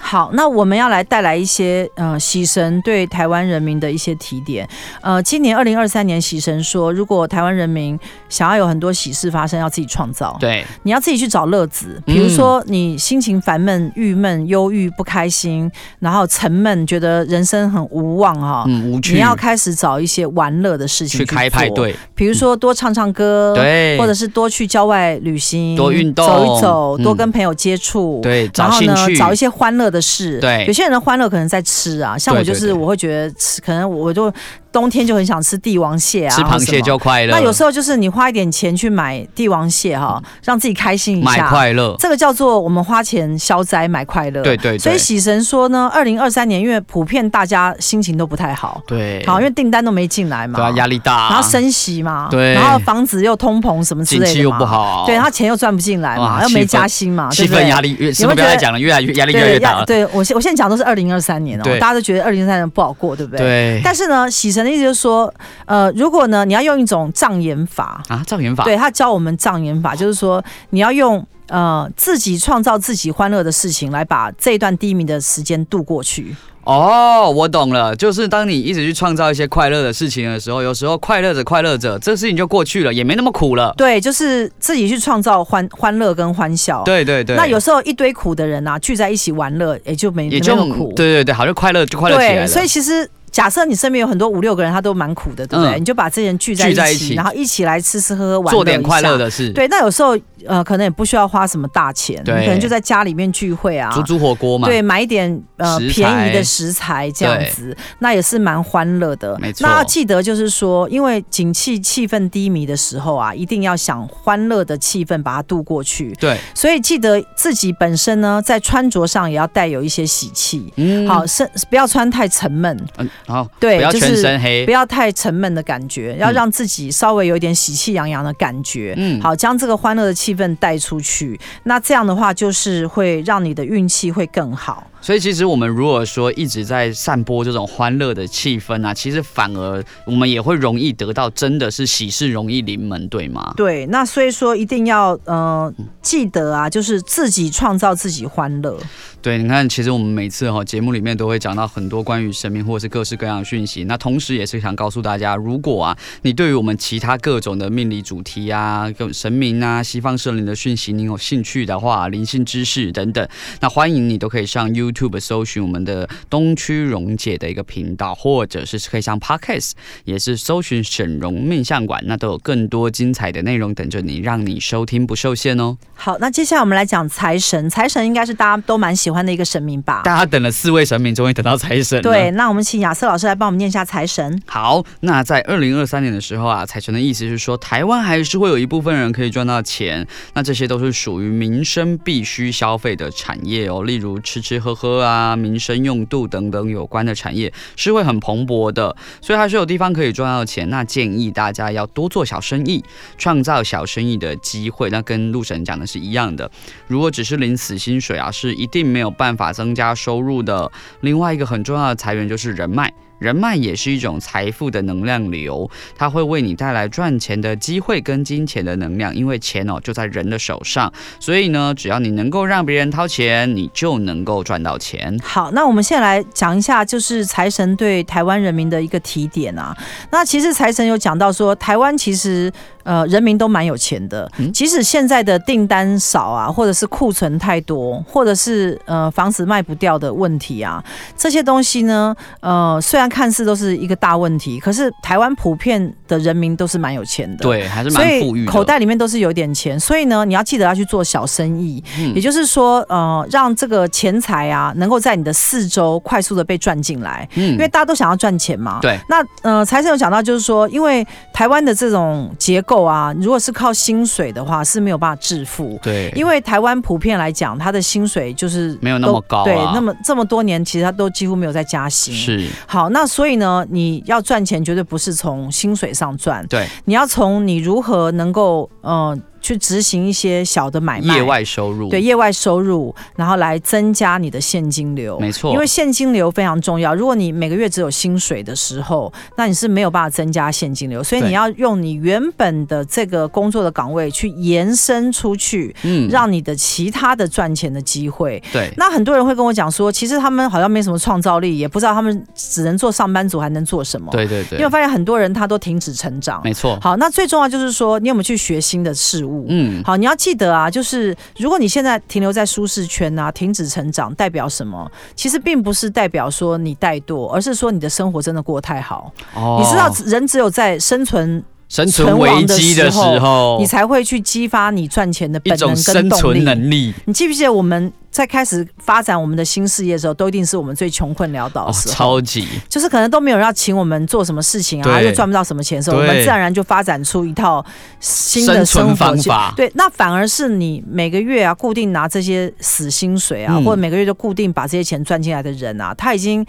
B: 好，那我们要来带来一些呃，喜神对台湾人民的一些提点。呃，今年二零二三年，喜神说，如果台湾人民想要有很多喜事发生，要自己创造，
C: 对，嗯
B: 你要自己去找乐子。比如说，你心情烦闷、郁闷、忧郁、不开心，然后沉闷，觉得人生很无望哈、
C: 嗯，无趣，
B: 哦你要开始找一些玩乐的事情
C: 去开派
B: 做，
C: 对，
B: 比如说多唱唱歌，
C: 对，
B: 或者是多去郊外旅行，
C: 多运动
B: 走一走，
C: 嗯
B: 多跟朋友接触，
C: 对
B: 然
C: 找
B: 后
C: 兴
B: 呢，
C: 趣，
B: 找一些欢乐的事。
C: 对
B: 有些人的欢乐可能在吃啊，像我
C: 对对
B: 就是，
C: 对
B: 我会觉得吃，可能我就冬天就很想吃帝王蟹啊，
C: 吃螃蟹就
B: 或
C: 快
B: 什
C: 乐，
B: 么。那有时候就是你花一点钱去买帝王蟹哈、让自己开心一
C: 买
B: 下。
C: 快乐，
B: 这个叫做我们花钱消灾买快乐。
C: 对对对，
B: 所以喜神说呢，二零二三年因为普遍大家心情都不太好，
C: 对，
B: 好，因为订单都没进来嘛，
C: 对啊，压力大，
B: 然后升息嘛，
C: 对
B: 然后房子又通膨什么之
C: 景
B: 类的嘛，
C: 气又不好，
B: 对，他钱又赚不进来嘛，
C: 哇
B: 又没
C: 气氛
B: 加薪嘛，啊对
C: 气
B: 不对
C: 氛压力越，什么
B: 有
C: 不
B: 没有
C: 要再
B: 觉得
C: 讲了，越来越压力
B: 对
C: 越来越大
B: 要
C: 了，
B: 对我现我现在讲都是二零二三年哦，
C: 对
B: 大家都觉得二零二三年不好过，对不对？。
C: 对
B: 但是呢，喜神的意思就是说，呃，如果呢你要用一种障眼法，
C: 啊，障眼法，
B: 对他教我们障眼法，就是说你要用呃自己创造自己欢乐的事情来把这一段低迷的时间度过去。
C: 哦，我懂了，就是当你一直去创造一些快乐的事情的时候，有时候快乐着快乐着，这事情就过去了，也没那么苦了。
B: 对，就是自己去创造欢欢乐跟欢笑。。
C: 对对对，
B: 那有时候一堆苦的人啊，聚在一起玩乐，也就没
C: 也就嗯
B: 没那么苦。
C: 对对对，好像快乐就快乐起来
B: 对，
C: 了。
B: 所以其实假设你身边有很多五六个人，他都蛮苦的，对不对？
C: 嗯
B: 你就把这些人聚在
C: 聚在
B: 一
C: 一
B: 起，
C: 起
B: 然后一起来吃吃喝喝，玩乐
C: 做点
B: 一下
C: 快乐。的事，
B: 对，那有时候呃，可能也不需要花什么大钱，你
C: 对
B: 可能就在家里面聚会啊。
C: 煮煮火锅嘛，
B: 对，买一点呃
C: 食材
B: 便宜的食材这样子，那也是蛮欢乐的。
C: 没错
B: 那要记得就是说，因为景气气氛低迷的时候啊，一定要想欢乐的气氛把它度过去。
C: 对，
B: 所以记得自己本身呢，在穿着上也要带有一些喜气。
C: 嗯
B: 好，，身不要穿太沉闷，
C: 嗯，好，
B: 对
C: 不要
B: 就
C: 全
B: 是
C: 身黑
B: 不，要太沉闷的感觉，要让自己稍微有一点喜气洋洋的感觉。
C: 嗯
B: 好，将这个欢乐的气氛带出去，那这样的话就是会让你的运气会更好。
C: 所以其实我们如果说一直在散播这种欢乐的气氛啊，其实反而我们也会容易得到真的是喜事容易临门，对吗？
B: 对，那所以说一定要呃
C: 嗯
B: 记得啊，就是自己创造自己欢乐。
C: 对，你看，其实我们每次哈、节目里面都会讲到很多关于神明或者是各式各样的讯息。那同时也是想告诉大家，如果啊，你对于我们其他各种的命理主题啊、跟神明啊、西方圣灵的讯息，你有兴趣的话，灵性知识等等，那欢迎你都可以上 YouTube 搜寻我们的东区荣姐的一个频道，或者是可以上 Podcast，也是搜寻沈荣面相馆，那都有更多精彩的内容等着你，让你收听不受限哦。
B: 好，那接下来我们来讲财神，财神应该是大家都蛮喜欢的一个神明吧？
C: 大家等了四位神明，终于等到财神了。
B: 对，那我们请亚瑟老师来帮我们念一下财神。
C: 好，那在二零二三年的时候啊，财神的意思是说，台湾还是会有一部分人可以赚到钱，那这些都是属于民生必须消费的产业哦，例如吃吃喝喝啊、民生用度等等有关的产业是会很蓬勃的，所以还是有地方可以赚到钱。那建议大家要多做小生意，创造小生意的机会。那跟陆神讲的是一样的，如果只是领死薪水啊，是一定没有办法增加收入的。另外一个很重要的财源就是人脉。人脉也是一种财富的能量流，它会为你带来赚钱的机会跟金钱的能量，因为钱哦就在人的手上，所以呢，只要你能够让别人掏钱，你就能够赚到钱。
B: 好，那我们现在来讲一下，就是财神对台湾人民的一个提点啊。那其实财神有讲到说，台湾其实呃人民都蛮有钱的，即使现在的订单少啊，或者是库存太多，或者是呃房子卖不掉的问题啊，这些东西呢，呃虽然看似都是一个大问题，可是台湾普遍的人民都是蛮有钱的。。
C: 对，还是
B: 所
C: 蛮富
B: 以
C: 裕的。
B: 口袋里面都是有点钱，所以呢，你要记得要去做小生意，
C: 嗯
B: 也就是说，呃，让这个钱财啊，能够在你的四周快速的被赚进来，
C: 嗯
B: 因为大家都想要赚钱嘛。
C: 对。
B: 那呃，财神有讲到，就是说，因为台湾的这种结构啊，如果是靠薪水的话，是没有办法致富。
C: 对，
B: 因为台湾普遍来讲，他的薪水就是
C: 没有那
B: 都
C: 么高啊
B: 对，那么这么多年，其实他都几乎没有在加薪。。
C: 是
B: 好，那所以呢，你要赚钱绝对不是从薪水上赚，
C: 对
B: 你要从你如何能够呃去执行一些小的买卖，
C: 业外收入，
B: 对业外收入，然后来增加你的现金流。
C: 没错，
B: 因为现金流非常重要。如果你每个月只有薪水的时候，那你是没有办法增加现金流，所以
C: 对
B: 你要用你原本的这个工作的岗位去延伸出去，
C: 嗯
B: 让你的其他的赚钱的机会。
C: 对
B: 那很多人会跟我讲说，其实他们好像没什么创造力，也不知道他们只能做上班族还能做什么。，
C: 对对
B: 因为
C: 对
B: 我，发现很多人他都停止成长。
C: 没错，
B: 好，那最重要就是说，你有没有去学新的事物？
C: 嗯，
B: 好，你要记得啊，就是如果你现在停留在舒适圈啊，停止成长，代表什么？其实并不是代表说你怠惰，而是说你的生活真的过太好。
C: 哦
B: 你知道，人只有在生存，
C: 生
B: 存
C: 存
B: 亡
C: 危
B: 的
C: 机
B: 时
C: 的时
B: 候
C: 候
B: 你，才会去激发你赚钱的
C: 哦一
B: 本
C: 种
B: 能
C: 生
B: 跟动
C: 存
B: 力。
C: 能力。
B: 你记不记得我们在开始发展我们的新事业的时候，都一定是我们最穷困潦倒
C: 哦，
B: 的时候。
C: 超级
B: 就是可能都没有人要请我们做什么事情啊，
C: 对
B: 又赚不到什么钱的时候，我
C: 对
B: 们自然而然就发展出一套新的
C: 生
B: 生活
C: 存方
B: 去
C: 法，
B: 对，那反而是你每个月啊固定拿这些死薪水啊，
C: 嗯
B: 或者每个月就固定把这些钱赚进来的人啊，他已经。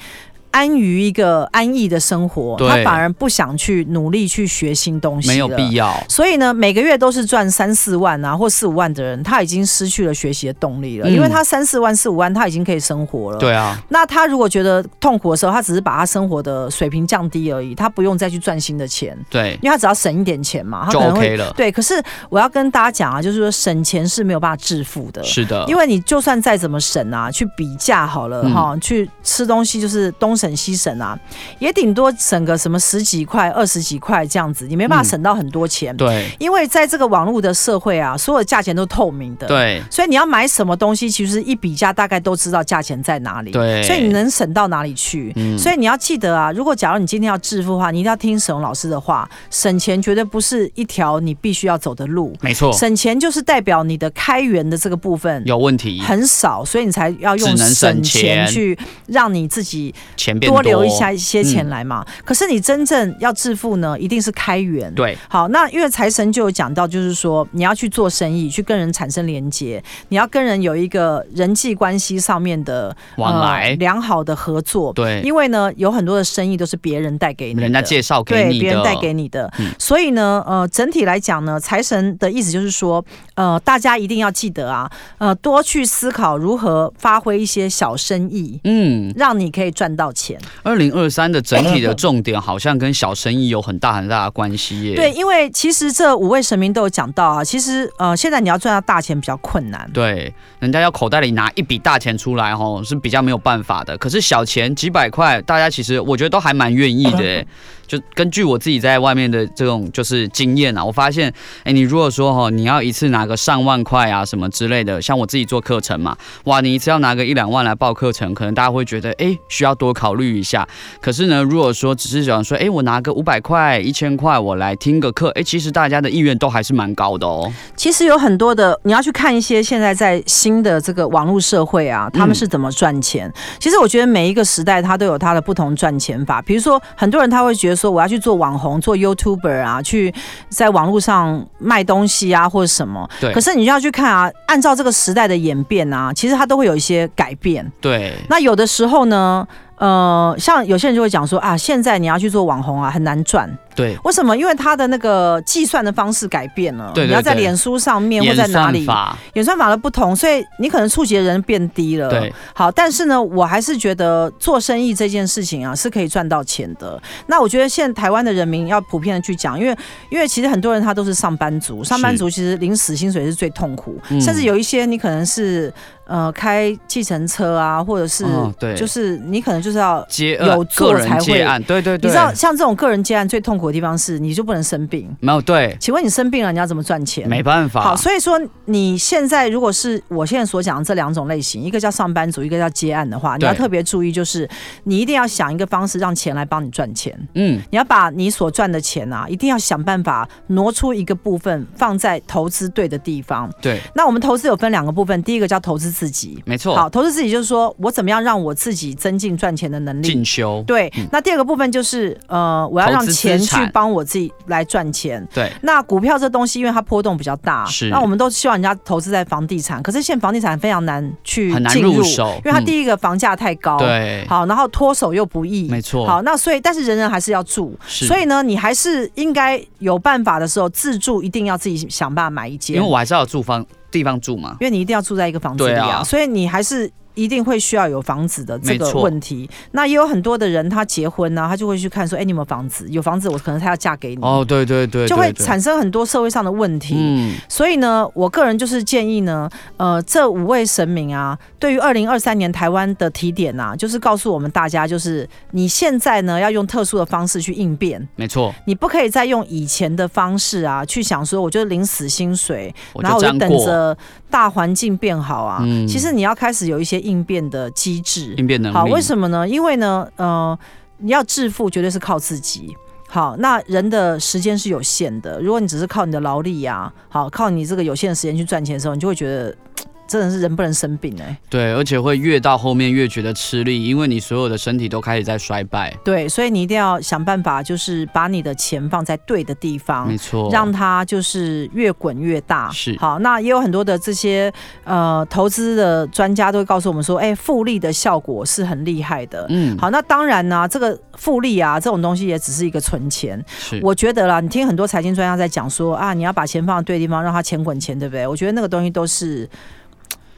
B: 安于一个安逸的生活，
C: 对
B: 他反而不想去努力去学新东西，
C: 没有必
B: 要。
C: 要。
B: 所以呢，每个月都是赚三四万啊，或四五万的人，他已经失去了学习的动力了，
C: 嗯
B: 因为他三四万、四五万，他已经可以生活了。。
C: 对啊，
B: 那他如果觉得痛苦的时候，他只是把他生活的水平降低而已，他不用再去赚新的钱，
C: 对，
B: 因为他只要省一点钱嘛，他
C: 就
B: 可能会
C: OK 了。
B: 对，可是我要跟大家讲啊，就是说省钱是没有办法致富的。
C: 是的，
B: 因为你就算再怎么省啊，去比价好了
C: 嗯
B: 哈、去吃东西就是东省西省啊，也顶多省个什么十几块、二十几块这样子，你没办法
C: 嗯
B: 省到很多钱。
C: 对
B: 因为在这个网络的社会啊，所有价钱都透明的。。
C: 对
B: 所以你要买什么东西，其实一比价大概都知道价钱在哪里。
C: 对
B: 所以你能省到哪里去？
C: 嗯
B: 所以你要记得啊，如果假如你今天要致富的话，你一定要听沈荣老师的话，省钱绝对不是一条你必须要走的路，
C: 没错，
B: 省钱就是代表你的开源的这个部分。
C: 有问题，
B: 很少，所以你才要用
C: 只能省
B: 省钱
C: 钱
B: 去让你自己
C: 钱钱变
B: 多留一下一些钱
C: 嗯
B: 来嘛。可是你真正要致富呢，一定是开源。
C: 对，
B: 好，那因为财神就有讲到，就是说你要去做生意，去跟人产生连接，你要跟人有一个人际关系上面的呃
C: 往来，
B: 良好的合作。
C: 对，
B: 因为呢，有很多的生意都是别人带给你的，
C: 人家介绍给
B: 对
C: 你的，
B: 别人带给你的。
C: 嗯
B: 所以呢，呃，整体来讲呢，财神的意思就是说，呃，大家一定要记得啊，呃，多去思考如何发挥一些小生意。
C: 嗯，
B: 让你可以赚到钱，
C: 二零二三的整体的重点好像跟小生意有很大很大的关系耶。
B: 对，因为其实这五位神明都有讲到啊，其实呃，现在你要赚到大钱比较困难，
C: 对，人家要口袋里拿一笔大钱出来，吼是比较没有办法的。可是小钱几百块，大家其实我觉得都还蛮愿意的耶。就根据我自己在外面的这种就是经验啊，我发现，哎，你如果说哈，你要一次拿个上万块啊什么之类的，像我自己做课程嘛，哇，你一次要拿个一两万来报课程，可能大家会觉得，哎，需要多考虑一下。可是呢，如果说只是想说，哎，我拿个五百块、一千块，我来听个课，哎，其实大家的意愿都还是蛮高的哦。
B: 其实有很多的，你要去看一些现在在新的这个网络社会啊，他们是怎么赚钱。其实我觉得每一个时代它都有它的不同赚钱法。比如说，很多人他会觉得说，我要去做网红、做 YouTuber 啊，去在网络上卖东西啊，或者什么。
C: 对
B: 可是你就要去看啊，按照这个时代的演变啊，其实它都会有一些改变。
C: 对，
B: 那有的时候呢，呃，像有些人就会讲说啊，现在你要去做网红啊，很难赚。
C: 对。
B: 为什么？因为它的那个计算的方式改变了，
C: 对对
B: 你要在
C: 对
B: 脸书上面或
C: 演
B: 在
C: 算
B: 哪里，
C: 法，
B: 演算法的不同，所以你可能触及的人变低了。
C: 对，
B: 好，但是呢，我还是觉得做生意这件事情啊是可以赚到钱的。那我觉得现在台湾的人民要普遍的去讲，因为因为其实很多人他都是上班族，上班族其实领死薪水是最痛苦，
C: 嗯
B: 甚至有一些你可能是呃开计程车啊，或者是、
C: 哦对
B: 就是你可能就是要。
C: 接
B: 有
C: 案，
B: 做
C: 个人
B: 才会
C: 接案，对对
B: 你
C: 对，
B: 知道，像这种个人接案最痛苦的地方是，你就不能生病。
C: 没有对，
B: 请问你生病了，你要怎么赚钱？
C: 没办法，
B: 嗯好，所以说你现在如果是我现在所讲的这两种类型，一个叫上班族，一个叫接案的话，你要
C: 对
B: 特别注意，就是你一定要想一个方式让钱来帮你赚钱。
C: 嗯，
B: 你要把你所赚的钱啊，一定要想办法挪出一个部分放在投资对的地方。
C: 对，
B: 那我们投资有分两个部分，第一个叫投资自己。
C: 没错，
B: 好，投资自己就是说我怎么样让我自己增进赚钱的能力。
C: 进修，
B: 对，那第二个部分就是呃，我要
C: 投
B: 让
C: 资资
B: 钱去
C: 产
B: 帮我自己来赚钱。
C: 对，
B: 那股票这东西，因为它波动比较大，
C: 是
B: 那我们都希望人家投资在房地产，可是现在房地产非常难去
C: 很难
B: 进
C: 入手
B: 因为它
C: 嗯
B: 第一个房价太高，，
C: 对，
B: 好，然后脱手又不易，
C: 没错
B: 好，那所以但是人人还是要住。
C: 是
B: 所以呢，你还是应该有办法的时候自住，一定要自己想办法买一间，
C: 因为我还是要有住房地方住嘛，
B: 因为你一定要住在一个房子里
C: 对
B: 啊，
C: 啊
B: 所以你还是一定会需要有房子的这
C: 没
B: 个
C: 错
B: 问题。那也有很多的人他结婚呢、他就会去看说，哎、你有没有房子？有房子，我可能他要嫁给你，
C: 哦，对对对，
B: 嗯就会
C: 对对
B: 产生很多社会上的问题。
C: 嗯，
B: 所以呢，我个人就是建议呢，呃，这五位神明啊，对于二零二三年台湾的提点啊，就是告诉我们大家，就是你现在呢要用特殊的方式去应变，
C: 没错，
B: 你不可以再用以前的方式啊去想说，我就领死薪水，
C: 我
B: 然后
C: 就
B: 我
C: 这
B: 就
C: 样
B: 等
C: 过，
B: 着大环境变好啊。
C: 嗯
B: 其实你要开始有一些应变的机制。
C: 应变能力，
B: 好，为什么呢？因为呢，呃，你要致富绝对是靠自己。好，那人的时间是有限的，如果你只是靠你的劳力呀、好，靠你这个有限的时间去赚钱的时候，你就会觉得嘖真的是人不能生病哎、
C: 对，而且会越到后面越觉得吃力，因为你所有的身体都开始在衰败，
B: 对，所以你一定要想办法，就是把你的钱放在对的地方
C: 没。错，
B: 啊让它就是越滚越大，
C: 是
B: 好。那也有很多的这些呃投资的专家都会告诉我们说，哎、复利的效果是很厉害的。
C: 嗯，
B: 好，那当然呢、这个复利啊，这种东西也只是一个存钱，
C: 是，
B: 我觉得啦，你听很多财经专家在讲说啊，你要把钱放在对的地方，让它钱滚钱，对不对？我觉得那个东西都是，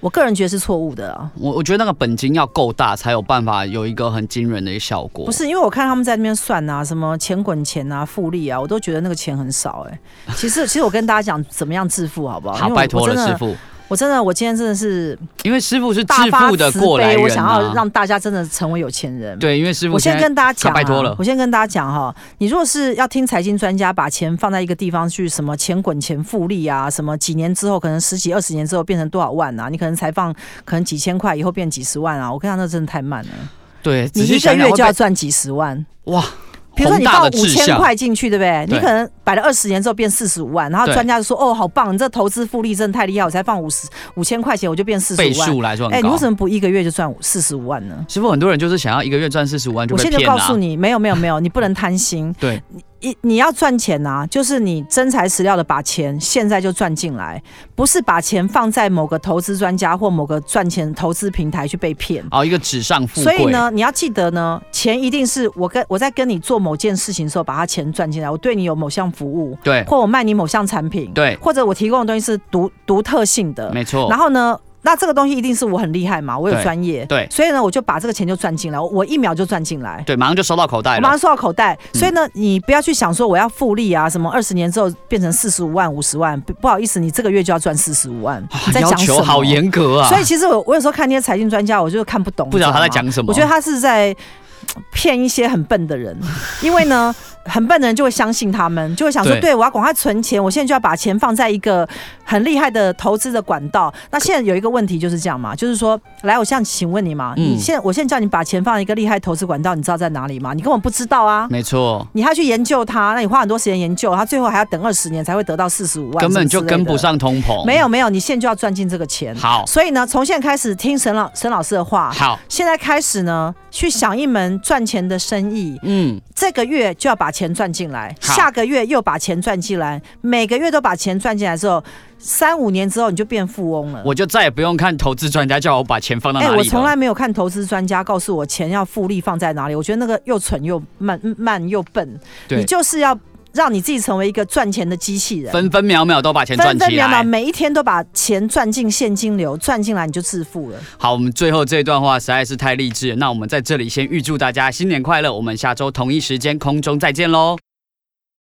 B: 我个人觉得是错误的啊。
C: 我我觉得那个本金要够大，才有办法有一个很惊人的一个效果，
B: 不是，因为我看他们在那边算啊，什么钱滚钱啊、复利啊，我都觉得那个钱很少哎、其实，其实我跟大家讲怎么样致富好不好？因
C: 好，
B: 为我
C: 拜托
B: 我真
C: 了
B: 的
C: 师傅，
B: 我真的，我今天真的是
C: 因为师傅是致
B: 大发
C: 富的
B: 慈
C: 过来
B: 悲，
C: 人、啊，
B: 我想要让大家真的成为有钱人。
C: 对，因为师傅
B: 我先跟大家讲、啊，
C: 拜托了
B: 我先跟大家讲哈、你如果是要听财经专家把钱放在一个地方去，什么钱滚钱复利啊，什么几年之后可能十几二十年之后变成多少万啊，你可能才放可能几千块，以后变几十万啊，我跟你讲那真的太慢了，
C: 对，
B: 你
C: 仔细
B: 一个
C: 想想
B: 月
C: 会
B: 就要
C: 被
B: 赚几十万。
C: 哇，
B: 比如说
C: 宏
B: 你
C: 大
B: 放
C: 的
B: 五
C: 志
B: 千
C: 向
B: 块进去，对不对？你
C: 对
B: 可能摆了二十年之后变四十五万，然后
C: 对
B: 专家就说哦好棒，你这投资复利真的太厉害，我才放五十五千块钱我就变四十
C: 倍
B: 五万。
C: 数来说
B: 哎、
C: 很
B: 你
C: 高
B: 为。什么不一个月就赚四十五万呢？
C: 师傅，很多人就是想要一个月赚四十万就
B: 我
C: 被
B: 现在就
C: 骗了
B: 告
C: 啊、
B: 诉你，没有没有没有，你不能贪心，
C: 对，
B: 一你要赚钱呐、就是你真材实料的把钱现在就赚进来，不是把钱放在某个投资专家或某个赚钱投资平台去被骗。
C: 哦，一个纸上富
B: 所
C: 贵。
B: 以呢，你要记得呢，钱一定是我跟我在跟你做某件事情的时候，把它钱赚进来，我对你有某项服务，
C: 对
B: 或我卖你某项产品，
C: 对，
B: 或者我提供的东西是独独特性的，
C: 没错。
B: 然后呢，那这个东西一定是我很厉害嘛，我有
C: 对
B: 专业，
C: 对
B: 所以呢，我就把这个钱就赚进来，我我一秒就赚进来。
C: 对，马上就收到口袋
B: 我马
C: 了。
B: 上收到口袋，
C: 嗯
B: 所以呢，你不要去想说我要复利啊，什么二十年之后变成四十五万、五十万，不不好意思，你这个月就要赚四十五万。你在
C: 啊要
B: 讲什
C: 求
B: 么？
C: 好严格啊！
B: 所以其实我我有时候看那些财经专家，我就看不懂，
C: 不知道他在
B: 你吗。
C: 讲什么。
B: 我觉得他是在嘖骗一些很笨的 人，因为呢，很笨的人就会相信他们，就会想说，
C: 对
B: 对我要赶快存钱，我现在就要把钱放在一个很厉害的投资的管道。那现在有一个问题就是这样嘛，就是说，来，我现在请问你嘛，
C: 嗯
B: 你现在我现在叫你把钱放在一个厉害投资管道，你知道在哪里吗？你根本不知道啊。
C: 没错，
B: 你还要去研究它，那你花很多时间研究，它最后还要等二十年才会得到四十五万，
C: 根本就
B: 什么之类
C: 跟
B: 的
C: 不。上通膨。
B: 没有没有，你现在就要赚进这个钱。
C: 好，
B: 所以呢，从现在开始听沈老沈老师的话，
C: 好，
B: 现在开始呢，去想一门赚钱的生意，
C: 嗯，
B: 这个月就要把钱赚进来，
C: 好
B: 下个月又把钱赚进来，每个月都把钱赚进来之后，三五年之后你就变富翁了。
C: 我就再也不用看投资专家叫我把钱放到哪里了。
B: 哎我从来没有看投资专家告诉我钱要复利放在哪里，我觉得那个又蠢又慢慢又笨，
C: 对
B: 你就是要让你自己成为一个赚钱的机器人。
C: 分分秒秒都把钱赚
B: 分分
C: 起
B: 秒秒，
C: 来。
B: 每一天都把钱赚进现金流，赚进来你就致富了。
C: 好，我们最后这段话实在是太励志了。那我们在这里先预祝大家新年快乐，我们下周同一时间空中再见喽。